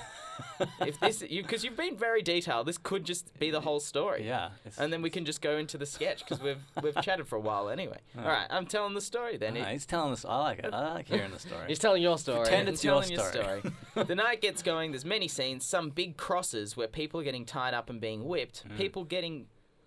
if this you because you've been very detailed, this could just be the whole story. yeah. It's, And then we can just go into the sketch because we've we've chatted for a while anyway. All right, I'm telling the story then. Ah, It- he's telling us. I like it. I like hearing the story. He's telling your story. Pretend I'm it's your telling your story. story. the night gets going. There's many scenes. Some big crosses where people are getting tied up and being whipped. Hmm. People getting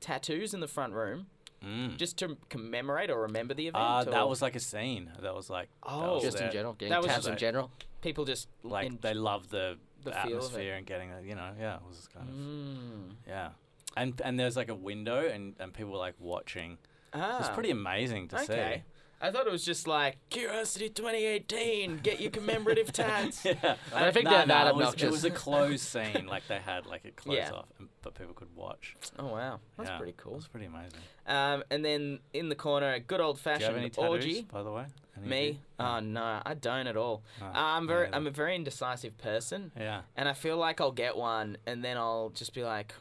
tattoos in the front room Mm. just to commemorate or remember the event. Uh, that or was like a scene. That was like. that Oh. was just in their- general, getting that was taps just in like- general. people just Like in- they love the, the feel of it. atmosphere and getting that. You know. Yeah. It was kind of. Mm. Yeah. And and there's like a window and and people were like watching. Ah, It's pretty amazing to okay. I thought it was just like Curiosity 2018. Get your commemorative tats. see. Yeah. I don't think Nah, they're that nah, it was- obnoxious. It was, a closed scene. Like they had like it closed Yeah. off, and, but people could watch. Oh wow, that's Yeah, pretty It cool. was pretty amazing. Um, and then in the corner, a good old Do you have any fashioned tattoos, orgy. by the way? Any of Me? you? Oh no, I don't at all. No, I'm me very, neither. I'm a very indecisive person. Yeah. and I feel like I'll get one, and then I'll just be like,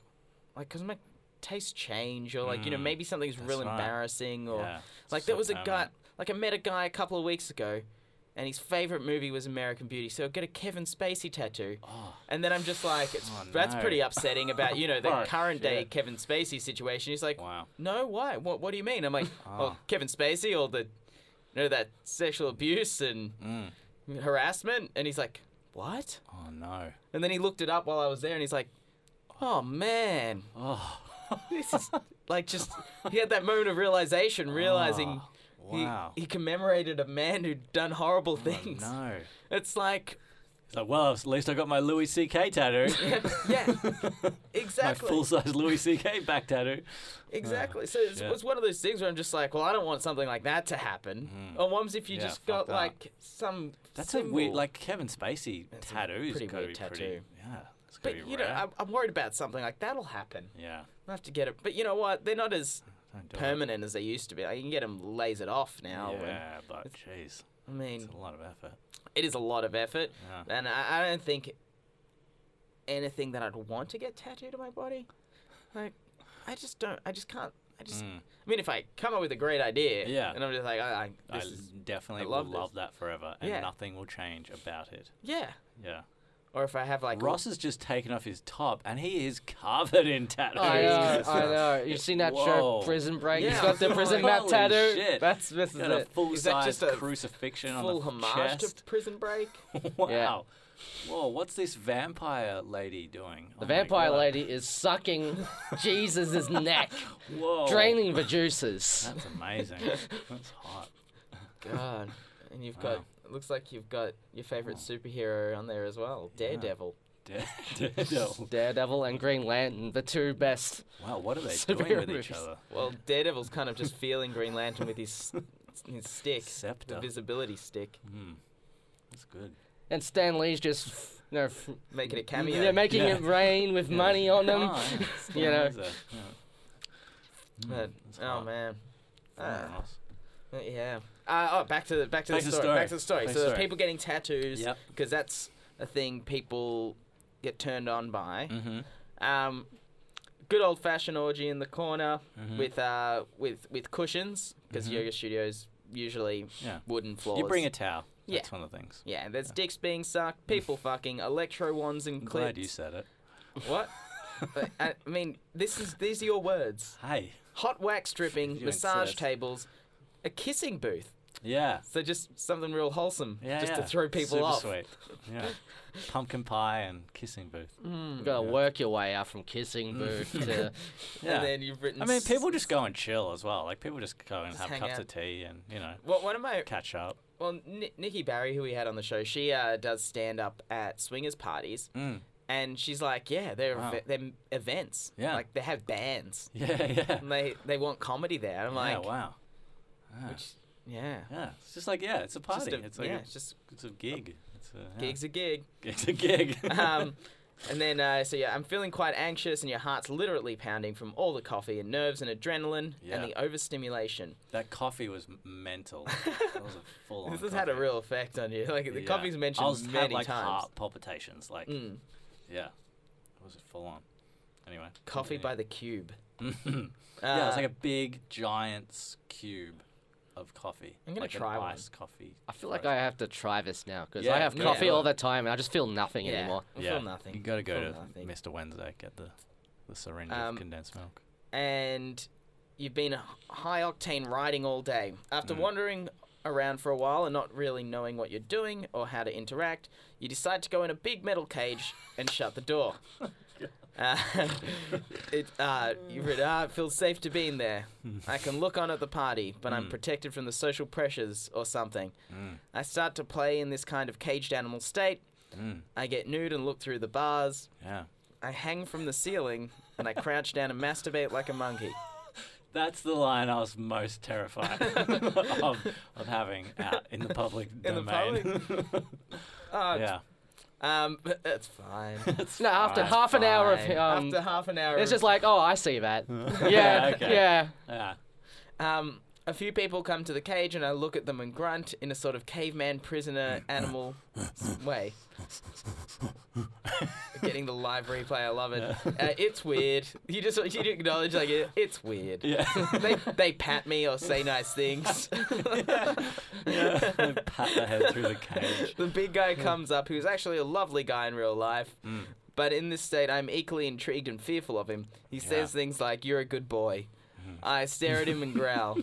like, cause my tastes change, or like, you know, Mm, maybe something's real right. embarrassing, or yeah. like It's there so was a guy, permanent. like I met a guy a couple of weeks ago, and his favorite movie was American Beauty, so I get a Kevin Spacey tattoo, Oh. and then I'm just like, it's, Oh, that's no. pretty upsetting about you know the Oh, current day shit. Kevin Spacey situation. He's like, Wow. no, why? What? What do you mean? I'm like, oh, Ah. Kevin Spacey, or the, you know, that sexual abuse and Mm. harassment, and he's like, what? Oh no. And then he looked it up while I was there and he's like, oh man, Oh. this is like just, he had that moment of realization, realizing He- Ah, Oh, Wow. Oh, He, commemorated a man who'd done horrible things. No. It's like, It's like, well, at least I got my Louis C.K. tattoo. yeah, my exactly. full size Louis C.K. back tattoo. Exactly. so it's, shit. it's one of those things where I'm just like, well, I don't want something like that to happen. Or what if you Hmm. Yeah, just fuck got that. like some. That's a symbol. weird, like Kevin Spacey tattoos. pretty gotta weird be tattoo. yeah, it's gotta But be you know, rare. I'm, I'm worried about something like that'll happen. yeah, I have to get it. But you know what? They're not as Don't do it. permanent as they used to be. Like, you can get them lasered off now. and- yeah, but jeez, I mean, it's a lot of effort. it is a lot of effort, Yeah. and I, I don't think anything that I'd want to get tattooed on my body. Like, I just don't. I just can't. I just. Mm, I mean, if I come up with a great idea, Yeah. and I'm just like, I, I, I this is, definitely I love will this. love that forever, and Yeah. nothing will change about it. yeah. Yeah, Or if I have like Ross has just taken off his top, and he is covered in tattoos. I know, I know. You seen that Whoa. show, Prison Break? Yeah. Oh He's got the prison map Holy tattoo. shit. That's this is Got a it. full Is that size just a crucifixion on full the homage chest. Oh to Prison Break. wow. Whoa, what's this vampire lady doing? Oh The vampire lady is sucking Jesus' neck, Oh. Whoa. draining the juices. That's amazing. That's hot. God, and you've got. It looks like you've got your favorite superhero on there as well, Daredevil. Dead, Daredevil. Daredevil and Green Lantern, the two best. Wow, what are they doing Superheroes. with each other? Well, Daredevil's kind of just feeling Green Lantern with his his stick, Scepter. the visibility stick, Hmm. That's good. And Stan Lee's just, you know, f- making a you cameo. know, making Yeah. it rain with money on them. Oh, yeah. you know. Stan Laser. Yeah. Hmm, But- that's oh hard. man. Fair Ah. enough. Uh, Yeah. Uh, oh, back to the back to Back the story. Back to the story. Back to so the there's story. people getting tattoos Yep. because that's a thing people get turned on by. Mhm. Um, good old fashioned orgy in the corner Mm-hmm. with uh with with cushions because yoga studios usually Yeah. wooden floors. You bring a towel. Yeah. That's one of the things. yeah. There's dicks being sucked, people fucking, electro wands and I'm clips. glad you said it. What? But, I I mean, this is these are your words: Hey. hot wax stripping, You massage insist. tables, a kissing booth. Yeah. So just something real wholesome, Yeah, just to yeah. throw people Super off. Sweet. Yeah. Pumpkin pie and kissing booth. You gotta work your way out from kissing booth to. Yeah. And then you've written. I mean, s- people just go and chill as well. Like people just go and have hang cups out. of tea and you know Well, one of my catch up. well, Ni- Nikki Barry, who we had on the show, she uh, does stand up at swingers parties, Mm. and she's like, "Yeah, they're Wow. ev- they're events. Yeah. like they have bands, Yeah, yeah. and they they want comedy there." And I'm yeah, like, wow. which, yeah, Yeah, it's just like yeah, it's a Just party. a- it's like yeah, a, it's just it's a gig. It's a yeah. gigs a gig. It's a gig. Um, and then, uh, so yeah, I'm feeling quite anxious, and your heart's literally pounding from all the coffee and nerves and adrenaline Yeah. and the overstimulation. that coffee was m- mental. That was a full on. This has had a real effect on you. Like the coffee's mentioned I was many had, like, times. Mm. Heart palpitations, like yeah, it was full on. Anyway, Coffee continue. by the cube. yeah, it's Uh, like a big giant s- cube of coffee. I'm gonna like try an one. iced coffee. I feel like I have to try this now because Yeah, I have yeah. coffee all the time and I just feel nothing Yeah. anymore. I yeah, feel nothing. You gotta go Feel to nothing. Mr. Wednesday get the the syringe Um, of condensed milk. And you've been high octane riding all day. Mm. After wandering around for a while and not really knowing what you're doing or how to interact, you decide to go in a big metal cage and shut the door. Uh, it, uh, you read, ah, it feels safe to be in there. I can look on at the party, but I'm protected from the social pressures or something. I start to play in this kind of caged animal state. I get nude and look through the bars. Yeah. I hang from the ceiling and I crouch down and masturbate like a monkey. That's the line I was most terrified of, of having out in the public In the domain. yeah, Um, but that's fine. No, after fine. half an hour of Fine. um, After half an hour, it's of- just like, oh, I see that. Yeah, yeah, okay. yeah. yeah. um, a few people come to the cage and I look at them and grunt in a sort of caveman prisoner animal s- way. Getting the live replay, I love it. Uh, it's weird. You just you acknowledge like it, it's weird. Yeah. They they pat me or say nice things. They pat the head through the cage. The big guy comes up, who's actually a lovely guy in real life, Mm. but in this state, I'm equally intrigued and fearful of him. He says things like, You're a good boy. Mm. I stare at him and growl,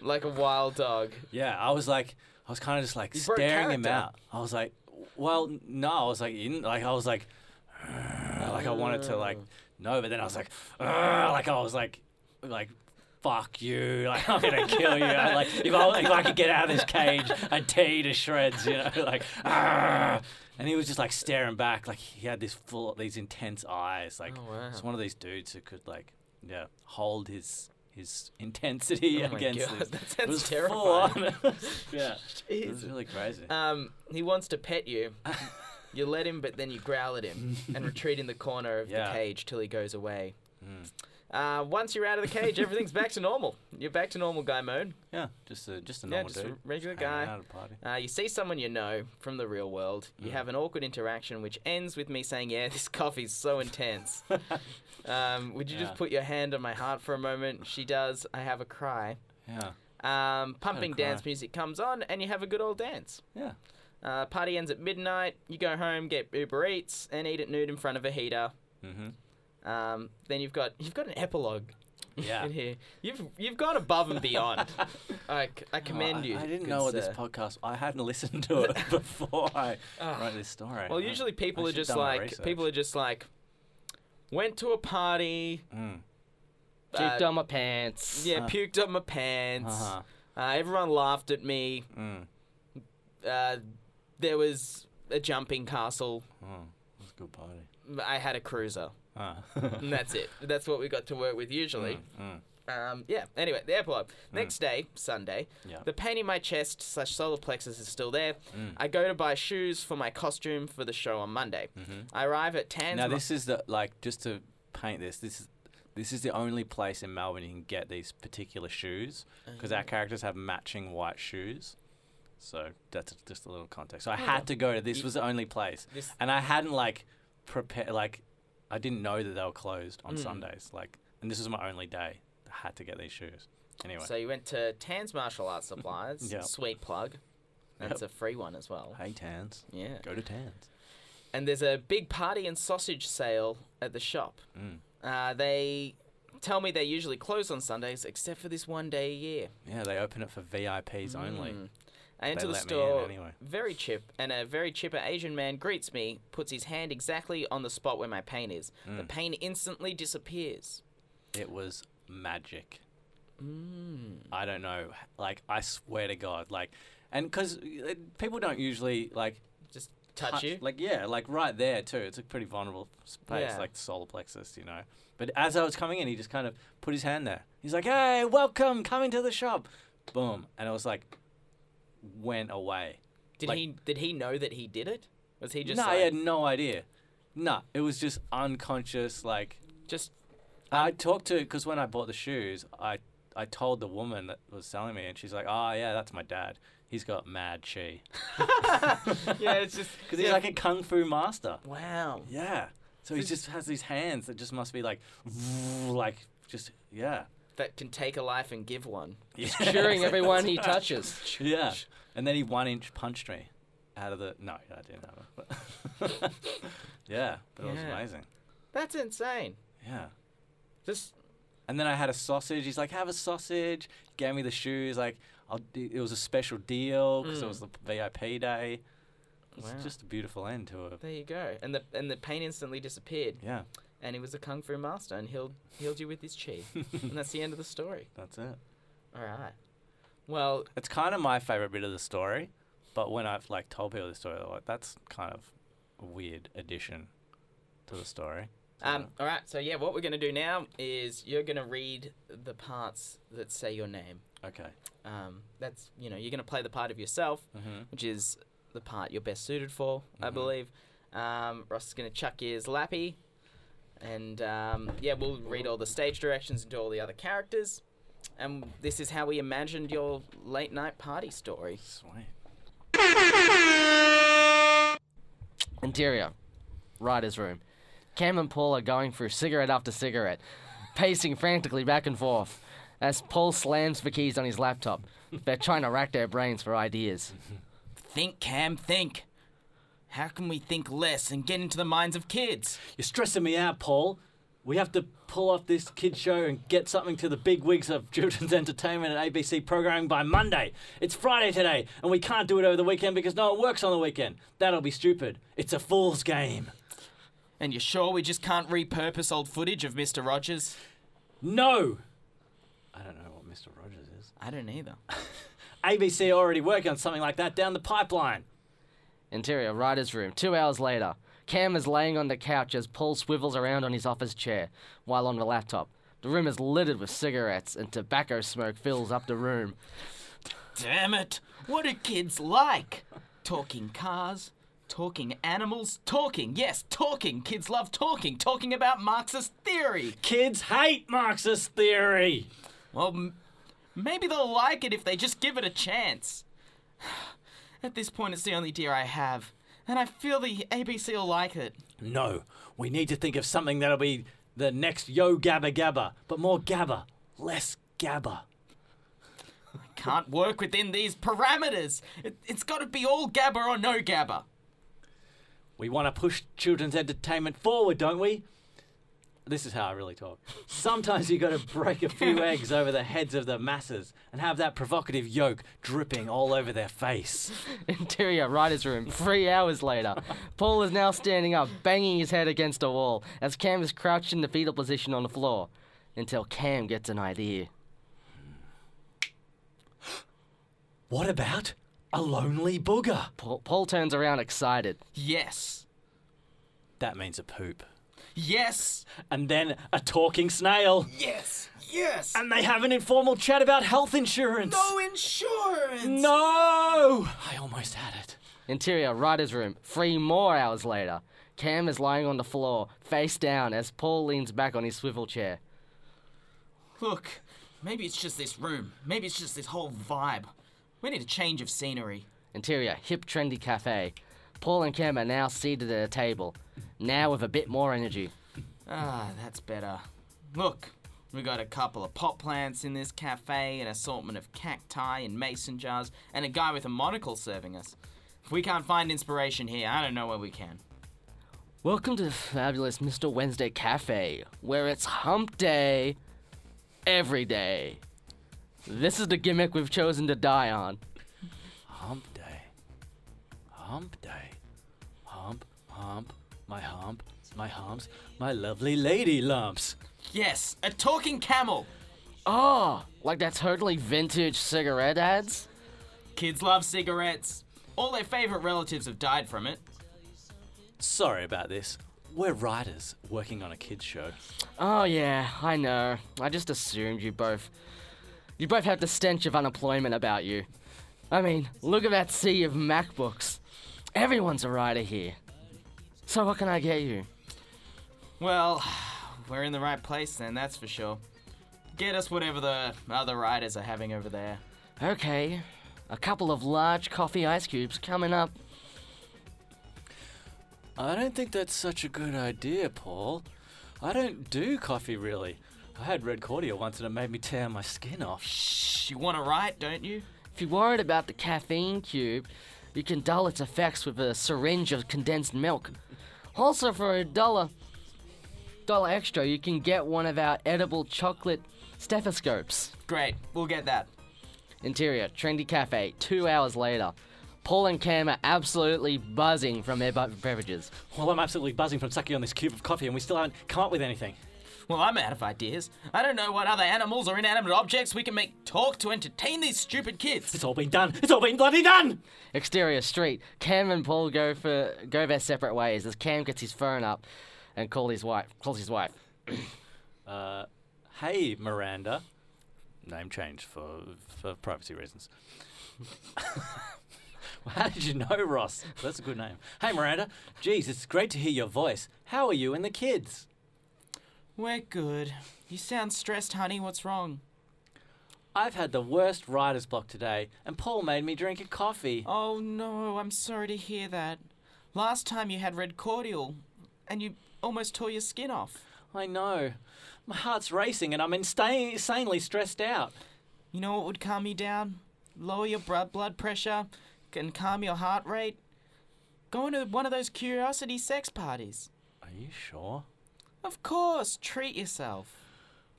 like a wild dog. Yeah, I was like, I was kind of just like broke staring him out. character. I was like, well, no, I was like, you didn't- like I was like, like I wanted to like no, but then I was like, "Ugh," like I was like, like fuck you, like I'm gonna kill you. I, like if I if I could get out of this cage, I'd tear you to shreds, you know, like "Argh." and he was just like staring back, like he had this full these intense eyes. Like Oh, wow. it's one of these dudes who could like yeah, hold his his intensity Oh Oh my against God, this. that it sounds was terrifying. full on. yeah. It Uh, was Jeez. really crazy. Um, he wants to pet you. You let him, but then you growl at him and retreat in the corner of Yeah. the cage till he goes away. Hmm. Uh, once you're out of the cage, everything's back to normal. You're back to normal guy mode. yeah, just a just a Yeah, normal just a dude. regular hanging guy. out at a party. Uh, you see someone you know from the real world. You have an awkward interaction, which ends with me saying, "Yeah, this coffee's so intense." um, would you Yeah. just put your hand on my heart for a moment? She does. I have a cry. Yeah. Um, pumping cry. dance music comes on, and you have a good old dance. Yeah. Uh, party ends at midnight. You go home, get Uber Eats, and eat it nude in front of a heater. Mhm. Um, then you've got you've got an epilogue Yeah. in here. You've you've gone above and beyond. I, c- I Oh, commend I- you. I didn't good know what this sir. podcast. I hadn't listened to it before I wrote this story. Well, I- usually people I are should've just done my like research. people are just like went to a party. Mm. uh, Juked on my pants. yeah, Uh. puked up my pants. Uh-huh. Uh, everyone laughed at me. Mm. Uh, there was a jumping castle. Mm. That's a good party. I had a cruiser, Uh. and that's it. That's what we got to work with usually. Mm. Um, yeah. Anyway, the epilogue. Next day, Sunday. Yeah. Mm. The pain in my chest slash solar plexus is still there. I go to buy shoes for my costume for the show on Monday. I arrive at Tan's. Mm-hmm. Now Mo- this is the like just to paint this. This is this is the only place in Melbourne you can get these particular shoes because our characters have matching white shoes. So that's just a little context. So I had to go to this was the only place, This- and I hadn't like prepared like I didn't know that they were closed on Sundays. Like, and this was my only day. I had to get these shoes. Anyway, So you went to Tan's Martial Arts Supplies. Yep. Sweet plug. That's a free one as well. hey Tans, Yeah. go to Tans. And there's a big party and sausage sale at the shop. Mm. Uh, they tell me they usually close on Sundays, except for this one day a year. Yeah, they open it for VIPs only. I enter the let me in store, anyway. very chip, and a very chipper Asian man greets me, puts his hand exactly on the spot where my pain is. The Mm. pain instantly disappears. It was magic. Mm. I don't know. Like, I swear to God. Like, and because people don't usually, like, Just touch, you. Like, yeah, like right there, too. It's a pretty vulnerable space, Yeah. like the solar plexus, you know. But as I was coming in, he just kind of put his hand there. He's like, hey, welcome, come into the shop. Boom. And I was like, went away. did like- he did he know that he did it? Was he just no, like, I had no idea. No, it was just unconscious, like, just I talked to because when I bought the shoes, I I told the woman that was selling me, and she's like, "Oh yeah, that's my dad. He's got mad chi yeah? It's just because he's like a kung fu master." wow. Yeah. So he just has these hands that just must be like, like just yeah, that can take a life and give one. Curing everyone he touches. yeah. And then he one inch punched me out of the no, I didn't have it. yeah, but it was Yeah. amazing. That's insane. Yeah. Just And then I had a sausage. He's like, "Have a sausage." Gave me the shoes. Like, I'll do, it was a special deal because it was the VIP day. It's Mm. Wow. just a beautiful end to it. there you go. And the and the pain instantly disappeared. Yeah, And he was a kung fu master and healed healed you with his chi. and that's the end of the story. that's it. All right. Well, It's kind of my favorite bit of the story, but when I've like told people the story, they're like, "That's kind of a weird addition to the story." um, all right. So yeah, what we're gonna do now is you're gonna read the parts that say your name. Okay. Um, that's you know you're gonna play the part of yourself, Mm-hmm. which is the part you're best suited for, I believe. Um, Ross is gonna chuck his lappy, and um, yeah, we'll read all the stage directions and do all the other characters. And this is how we imagined your late night party story. Sweet. Interior. Writer's room. Cam and Paul are going through cigarette after cigarette, pacing frantically back and forth as Paul slams the keys on his laptop. They're trying to rack their brains for ideas. Think, Cam, think. How can we think less and get into the minds of kids? You're stressing me out, Paul. We have to pull off this kid show and get something to the big wigs of children's entertainment and ABC programming by Monday. It's Friday today, and we can't do it over the weekend because no one works on the weekend. That'll be stupid. It's a fool's game. And you're sure we just can't repurpose old footage of Mr. Rogers? No! I don't know what Mr. Rogers is. I don't either. ABC already working on something like that down the pipeline. Interior, writer's room. Two hours later, Cam is laying on the couch as Paul swivels around on his office chair while on the laptop. The room is littered with cigarettes and tobacco smoke fills up the room. Damn it! What do kids like? Talking cars, talking animals, talking. Yes, talking. Kids love talking. Talking about Marxist theory. Kids hate Marxist theory. Well, m- maybe they'll like it if they just give it a chance. At this point, it's the only deer I have, and I feel the ABC will like it. No, we need to think of something that'll be the next Yo Gabba Gabba, but more Gabba, less Gabba. Can't work within these parameters. It, it's got to be all Gabba or no Gabba. We want to push children's entertainment forward, don't we? This is how I really talk. Sometimes you got to break a few eggs over the heads of the masses and have that provocative yolk dripping all over their face. Interior, writer's room. Three hours later, Paul is now standing up, banging his head against a wall as Cam is crouched in the fetal position on the floor until Cam gets an idea. What about a lonely booger? Paul, Paul turns around excited. Yes. That means a poop. Yes. And then a talking snail. Yes. Yes. And they have an informal chat about health insurance. insurance. No! I almost had it. Interior, writer's room. Three more hours later, Cam is lying on the floor, face down, as Paul leans back on his swivel chair. Look, maybe it's just this room. Maybe it's just this whole vibe. We need a change of scenery. Interior, hip trendy cafe. Paul and Cam are now seated at a table, now with a bit more energy. Ah, that's better. Look, we got a couple of pot plants in this cafe, an assortment of cacti and mason jars, and a guy with a monocle serving us. If we can't find inspiration here, I don't know where we can. Welcome to the fabulous Mr. Wednesday Cafe, where it's hump day every day. This is the gimmick we've chosen to die on. Hump day. Hump day. Hump, hump, my hump, my humps, my lovely lady lumps. Yes, a talking camel. Oh, like that totally vintage cigarette ads? Kids love cigarettes. All their favorite relatives have died from it. Sorry about this. We're writers working on a kids show. Oh yeah, I know. I just assumed you both you both have the stench of unemployment about you. I mean, look at that sea of MacBooks. Everyone's a writer here. So what can I get you? Well, we're in the right place then, that's for sure. Get us whatever the other riders are having over there. Okay. A couple of large coffee ice cubes coming up. I don't think that's such a good idea, Paul. I don't do coffee really. I had red cordia once and it made me tear my skin off. Shh, you want to write, don't you? If you're worried about the caffeine cube, you can dull its effects with a syringe of condensed milk. Also, for a dollar, dollar extra, you can get one of our edible chocolate stethoscopes. Great, we'll get that. Interior, trendy cafe, two hours later. Paul and Cam are absolutely buzzing from their bu- beverages. Well, I'm absolutely buzzing from sucking on this cube of coffee and we still haven't come up with anything. Well, I'm out of ideas. I don't know what other animals or inanimate objects we can make talk to entertain these stupid kids. It's all been done. It's all been bloody done! Exterior street, Cam and Paul go for go their separate ways as Cam gets his phone up and call his wife calls his wife. Uh, hey, Miranda. Name change for for privacy reasons. well, how did you know, Ross? That's a good name. Hey, Miranda. Geez, it's great to hear your voice. How are you and the kids? We're good. You sound stressed, honey. What's wrong? I've had the worst writer's block today, and Paul made me drink a coffee. Oh no, I'm sorry to hear that. Last time you had red cordial, and you almost tore your skin off. I know. My heart's racing, and I'm insta- insanely stressed out. You know what would calm you down? Lower your bro- blood pressure and calm your heart rate? Going to one of those curiosity sex parties. Are you sure? Of course, treat yourself.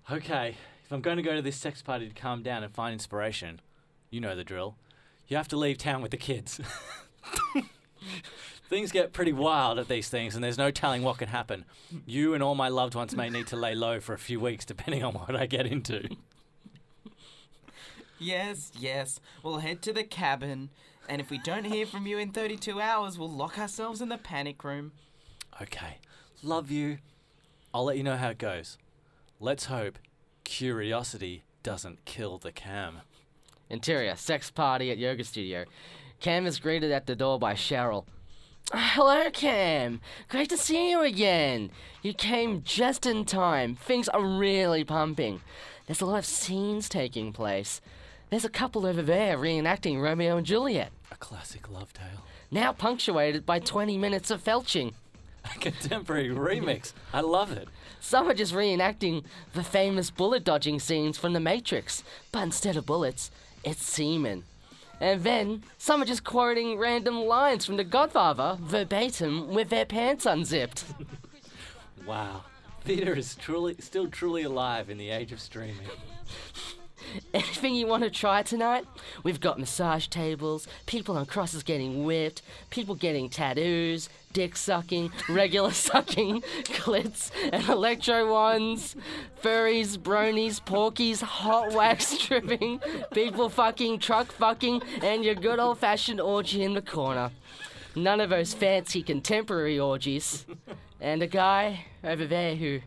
Okay, if I'm going to go to this sex party to calm down and find inspiration, you know the drill. You have to leave town with the kids. things get pretty wild at these things, and there's no telling what can happen. You and all my loved ones may need to lay low for a few weeks, depending on what I get into. Yes, yes. We'll head to the cabin, and if we don't hear from you in 32 hours, we'll lock ourselves in the panic room. Okay. Love you. I'll let you know how it goes. Let's hope curiosity doesn't kill the cam. Interior, sex party at yoga studio. Cam is greeted at the door by Cheryl. Hello, Cam. Great to see you again. You came just in time. Things are really pumping. There's a lot of scenes taking place. There's a couple over there reenacting Romeo and Juliet, A classic love tale. now punctuated by 20 minutes of felching. A contemporary remix. I love it. Some are just reenacting the famous bullet dodging scenes from The Matrix, but instead of bullets, it's semen. And then some are just quoting random lines from The Godfather verbatim with their pants unzipped. Wow. Theater is truly still truly alive in the age of streaming. Anything you want to try tonight? We've got massage tables, people on crosses getting whipped, people getting tattoos, dick sucking, regular sucking, clits and electro ones, furries, bronies, porkies, hot wax stripping, people fucking, truck fucking, and your good old fashioned orgy in the corner. None of those fancy contemporary orgies. And a guy over there who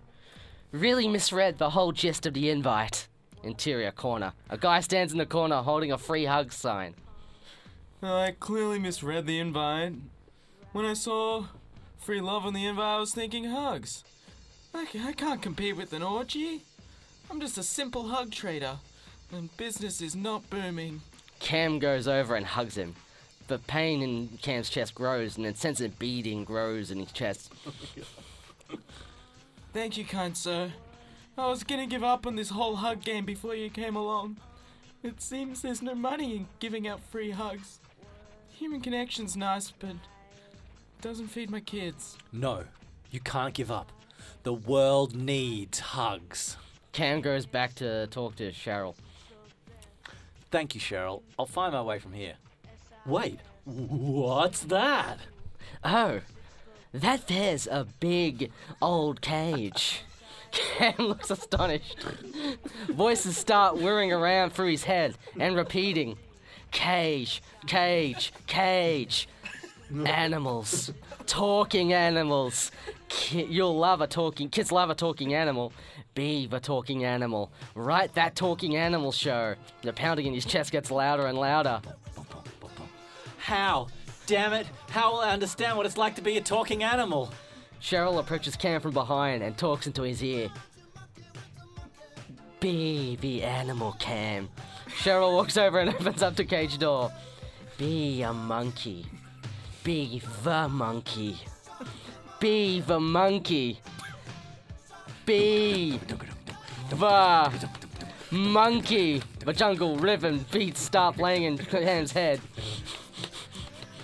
really misread the whole gist of the invite. Interior corner. A guy stands in the corner holding a free hug sign. I clearly misread the invite. When I saw free love on the invite, I was thinking hugs. I, c- I can't compete with an orgy. I'm just a simple hug trader, and business is not booming. Cam goes over and hugs him. The pain in Cam's chest grows, and then sense of beating grows in his chest. Thank you, kind sir. I was gonna give up on this whole hug game before you came along. It seems there's no money in giving out free hugs. Human connection's nice, but it doesn't feed my kids. No, you can't give up. The world needs hugs. Cam goes back to talk to Cheryl. Thank you, Cheryl. I'll find my way from here. Wait, what's that? Oh, that there's a big old cage. Cam looks astonished. Voices start whirring around through his head and repeating cage, cage, cage. Animals, talking animals. Ki- you'll love a talking, kids love a talking animal. Be the talking animal. Write that talking animal show. The pounding in his chest gets louder and louder. How? Damn it! How will I understand what it's like to be a talking animal? Cheryl approaches Cam from behind and talks into his ear. Be the animal, Cam. Cheryl walks over and opens up the cage door. Be a monkey. Be the monkey. Be the monkey. Be the monkey. The jungle rhythm beats start playing in Cam's head.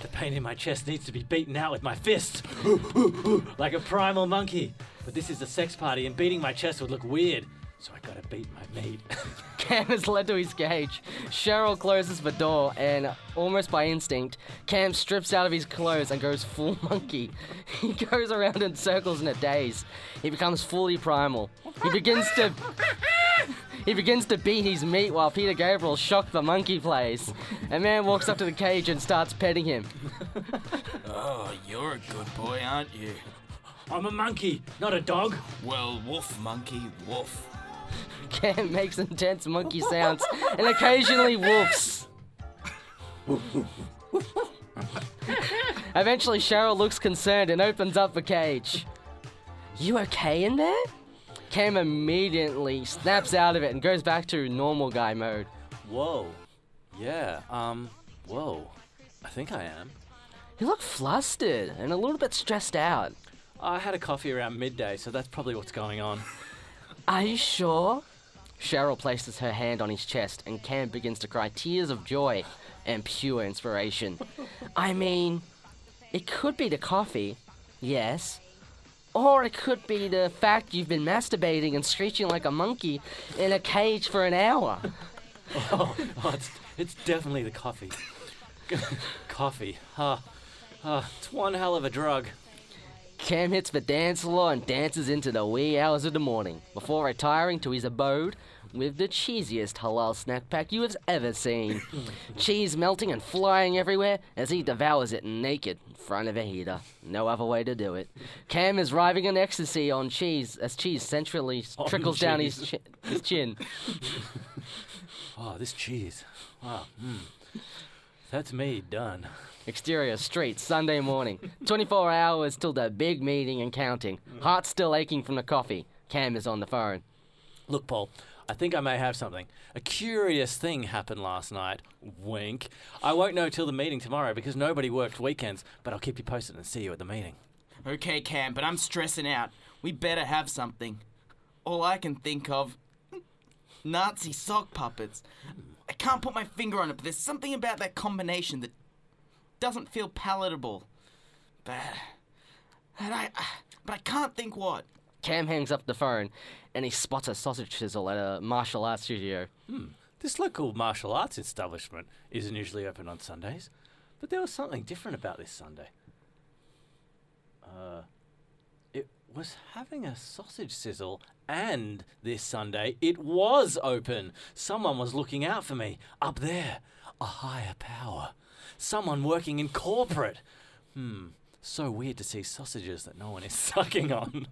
The pain in my chest needs to be beaten out with my fist, like a primal monkey. But this is a sex party, and beating my chest would look weird. So I gotta beat my meat. Cam is led to his cage. Cheryl closes the door, and almost by instinct, Cam strips out of his clothes and goes full monkey. He goes around in circles in a daze. He becomes fully primal. He begins to. He begins to beat his meat while Peter Gabriel shocked the monkey plays. A man walks up to the cage and starts petting him. Oh, you're a good boy, aren't you? I'm a monkey, not a dog. Well, woof, monkey, woof. Cam makes intense monkey sounds and occasionally woofs. Eventually, Cheryl looks concerned and opens up the cage. You okay in there? Cam immediately snaps out of it and goes back to normal guy mode. Whoa. Yeah. Um. Whoa. I think I am. You look flustered and a little bit stressed out. I had a coffee around midday, so that's probably what's going on. Are you sure? Cheryl places her hand on his chest, and Cam begins to cry tears of joy and pure inspiration. I mean, it could be the coffee, yes, or it could be the fact you've been masturbating and screeching like a monkey in a cage for an hour. Oh, oh, it's, it's definitely the coffee. coffee. Ah, ah, it's one hell of a drug. Cam hits the dance floor and dances into the wee hours of the morning before retiring to his abode with the cheesiest halal snack pack you have ever seen. Cheese melting and flying everywhere as he devours it naked in front of a heater. No other way to do it. Cam is writhing in ecstasy on cheese as cheese centrally s- trickles down his, chi- his chin. Oh, this cheese. Wow. Mm. That's me done. Exterior, street, Sunday morning. 24 hours till the big meeting and counting. Heart still aching from the coffee. Cam is on the phone. Look, Paul, I think I may have something. A curious thing happened last night. Wink. I won't know till the meeting tomorrow because nobody worked weekends, but I'll keep you posted and see you at the meeting. Okay, Cam, but I'm stressing out. We better have something. All I can think of Nazi sock puppets. I can't put my finger on it, but there's something about that combination that doesn't feel palatable. But, but I but I can't think what. Cam hangs up the phone and he spots a sausage sizzle at a martial arts studio. This local martial arts establishment isn't usually open on Sundays, but there was something different about this Sunday. Uh, it was having a sausage sizzle, and this Sunday it was open. Someone was looking out for me up there, a higher power, someone working in corporate. Hmm, so weird to see sausages that no one is sucking on.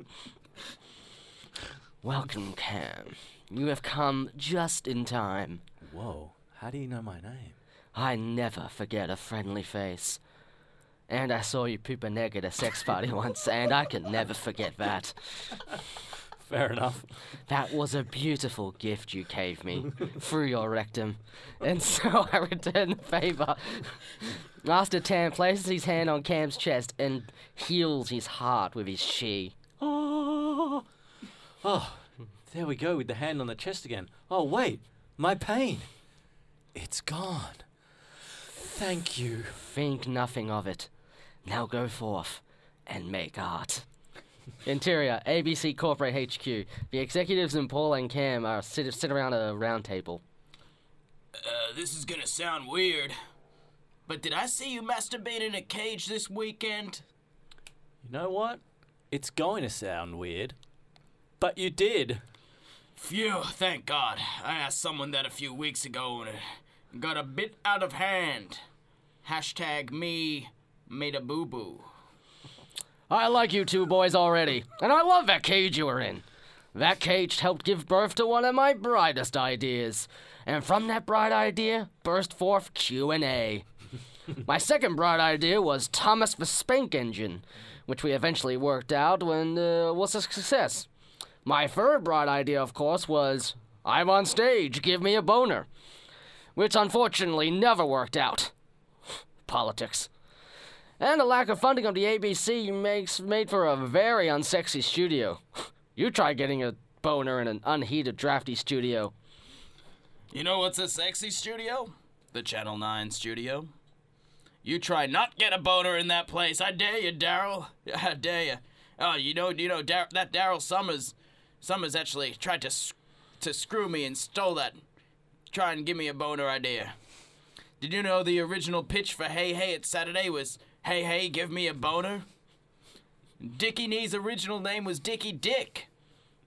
Welcome, Cam. You have come just in time. Whoa, how do you know my name? I never forget a friendly face. And I saw you poop a neg at a sex party once, and I can never forget that. Fair enough. That was a beautiful gift you gave me through your rectum. And so I return the favor. Master Tan places his hand on Cam's chest and heals his heart with his chi. Oh, oh, there we go with the hand on the chest again. Oh, wait, my pain. It's gone. Thank you. Think nothing of it. Now go forth and make art. Interior, ABC Corporate HQ. The executives and Paul and Cam are sit, sit around a round table. Uh, this is gonna sound weird. But did I see you masturbate in a cage this weekend? You know what? It's going to sound weird, but you did. Phew, thank God. I asked someone that a few weeks ago and it got a bit out of hand. Hashtag me made a boo boo. I like you two boys already, and I love that cage you were in. That cage helped give birth to one of my brightest ideas, and from that bright idea burst forth Q&A. my second bright idea was Thomas the Spank Engine, which we eventually worked out and uh, was a success. My third bright idea, of course, was I'm on stage, give me a boner, which unfortunately never worked out. Politics and a lack of funding of the ABC makes made for a very unsexy studio. You try getting a boner in an unheated, drafty studio. You know what's a sexy studio? The Channel 9 studio. You try not get a boner in that place. I dare you, Daryl. I dare you. Oh, you know, you know, Dar- that Daryl Summers, Summers actually tried to s- to screw me and stole that. Try and give me a boner idea. Did you know the original pitch for Hey Hey It's Saturday was Hey Hey Give Me a Boner? Dickie Knee's original name was Dickie Dick,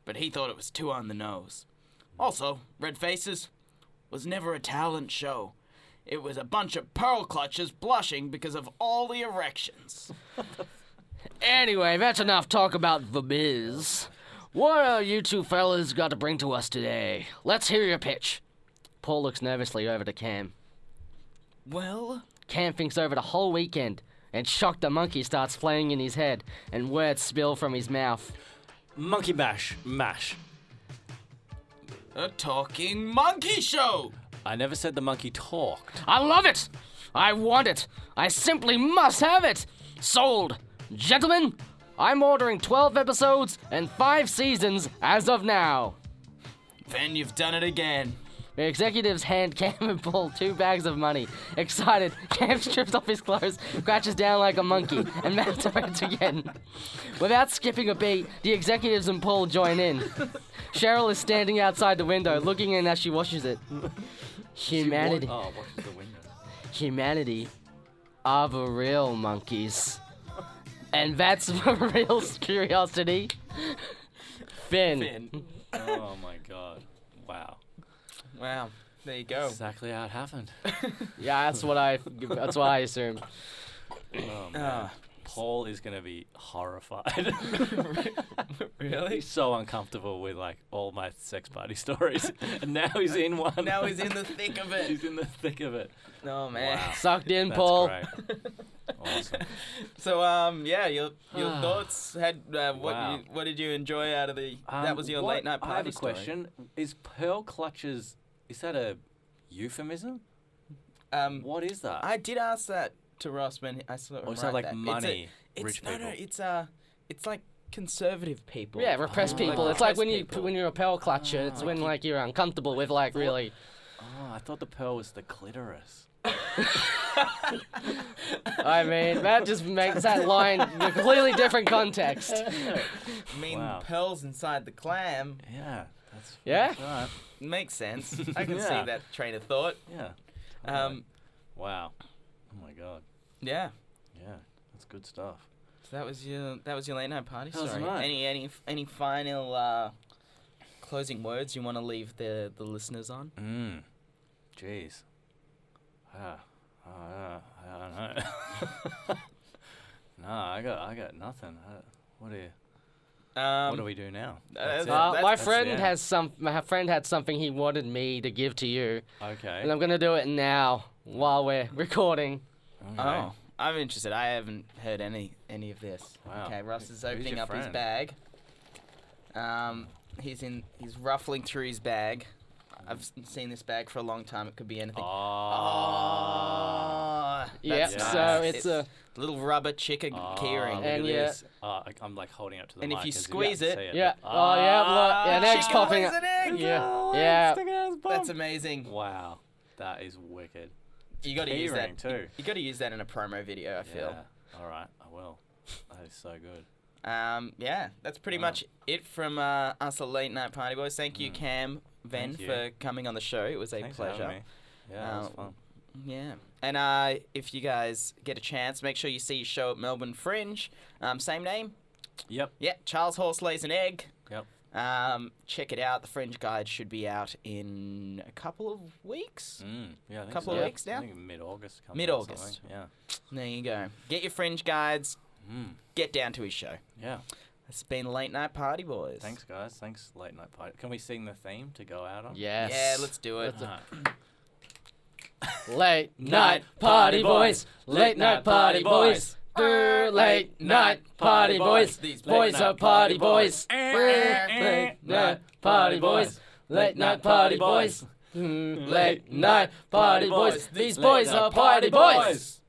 but he thought it was too on the nose. Also, Red Faces, was never a talent show. It was a bunch of pearl clutches blushing because of all the erections. Anyway, that's enough talk about the biz. What are you two fellas got to bring to us today? Let's hear your pitch. Paul looks nervously over to Cam. Well, Cam thinks over the whole weekend, and shocked the monkey starts playing in his head, and words spill from his mouth. Monkey mash, mash. a talking monkey show! I never said the monkey talked. I love it. I want it. I simply must have it. Sold. Gentlemen, I'm ordering 12 episodes and 5 seasons as of now. Then you've done it again. The executives hand Cam and Paul two bags of money. Excited, Cam strips off his clothes, crouches down like a monkey, and masturbates again. Without skipping a beat, the executives and Paul join in. Cheryl is standing outside the window, looking in as she washes it. Humanity. Oh, what's the window? humanity are the real monkeys. And that's the real curiosity. Finn. oh my god. Wow. Wow. There you go. Exactly how it happened. Yeah, that's what I. That's what I assumed. Oh, man. Ah, Paul is gonna be horrified. really? he's so uncomfortable with like all my sex party stories, and now he's in one. Now he's in the thick of it. he's in the thick of it. Oh man. Wow. Sucked in, That's Paul. great. Awesome. So um, yeah, your your thoughts had uh, what Wow. you, what did you enjoy out of the? Um, that was your what- late night party I have a story. question. Is pearl clutches? Is that a euphemism? Um, What is that? I did ask that to Ross when I saw him. or is write that like that. It's a- money? It's, rich no, people. no, it's uh, it's like conservative people. Yeah, repressed people. Oh, Like it's like when repressed you people. when you're a pearl clutcher. it's when like you're uncomfortable with like really. oh, I thought the pearl was the clitoris. I mean, that just makes that line a completely different context. I mean, Wow. pearls inside the clam Yeah, that's Yeah? that's right. makes sense. I can Yeah. see that train of thought. Yeah. Um, Wow. Oh my god. yeah. Yeah, that's good stuff. So that was your that was your late night party That was story. mine. Any any any final uh, closing words you want to leave the the listeners on? Mm. Jeez. Ah, I don't know. I don't know. nah, I got, I got nothing. I, what do you, Um, what do we do now? that's- Uh, my that's- friend yeah. has some. My friend had something he wanted me to give to you, Okay. and I'm gonna do it now while we're recording. okay. Oh, I'm interested. I haven't heard any any of this. Wow. Okay, Russ is Who's your opening up his friend? bag. Um, he's in. He's ruffling through his bag. I've s- seen this bag for a long time. It could be anything. Oh. Ah, Yep. that's So nice. it's a little rubber chicken keyring. look And at yeah. this. Oh, I, I'm like holding up to the And if mic you 'cause squeeze it- can't see yeah. but- Oh yeah. Look, Ah, an egg's chicken popping lays up. an egg! Yeah. Oh, Yeah. stick it out his That's bum. amazing. Wow, that is wicked. You got to use that. Keyring too. You got to use that in a promo video. I feel. All right, I will. That is so good. Um, yeah, that's pretty Wow. Mm. much it from uh, us at Late Night Party Boys. Thank you, Cam Ven, Thank you. for coming on the show. It was a Thanks for having pleasure. me. Yeah, that was Um, Uh, fun. Yeah. And uh, if you guys get a chance, make sure you see your show at Melbourne Fringe. Um, same name. Yep. Yeah, Charles Horse Lays an Egg. Yep. Um, check it out. The Fringe Guide should be out in a couple of weeks. Mm, yeah, I think Couple so. of weeks I now? think mid-August. comes out Mid-August. something, Yeah. There you go. Get your Fringe Guides. Mm, Get down to his show. yeah. It's been Late Night Party Boys. Thanks, guys. Thanks, late night party. Can we sing the theme to go out on? Ah. Yes. Yeah, let's do it. Let's- Alright. Late night party boys. Late night party boys. Brr, Late night party boys. These boys are party boys. Eh, Brr, Late night party boys. Late night party boys. Mm, Late night party boys. These boys are party boys.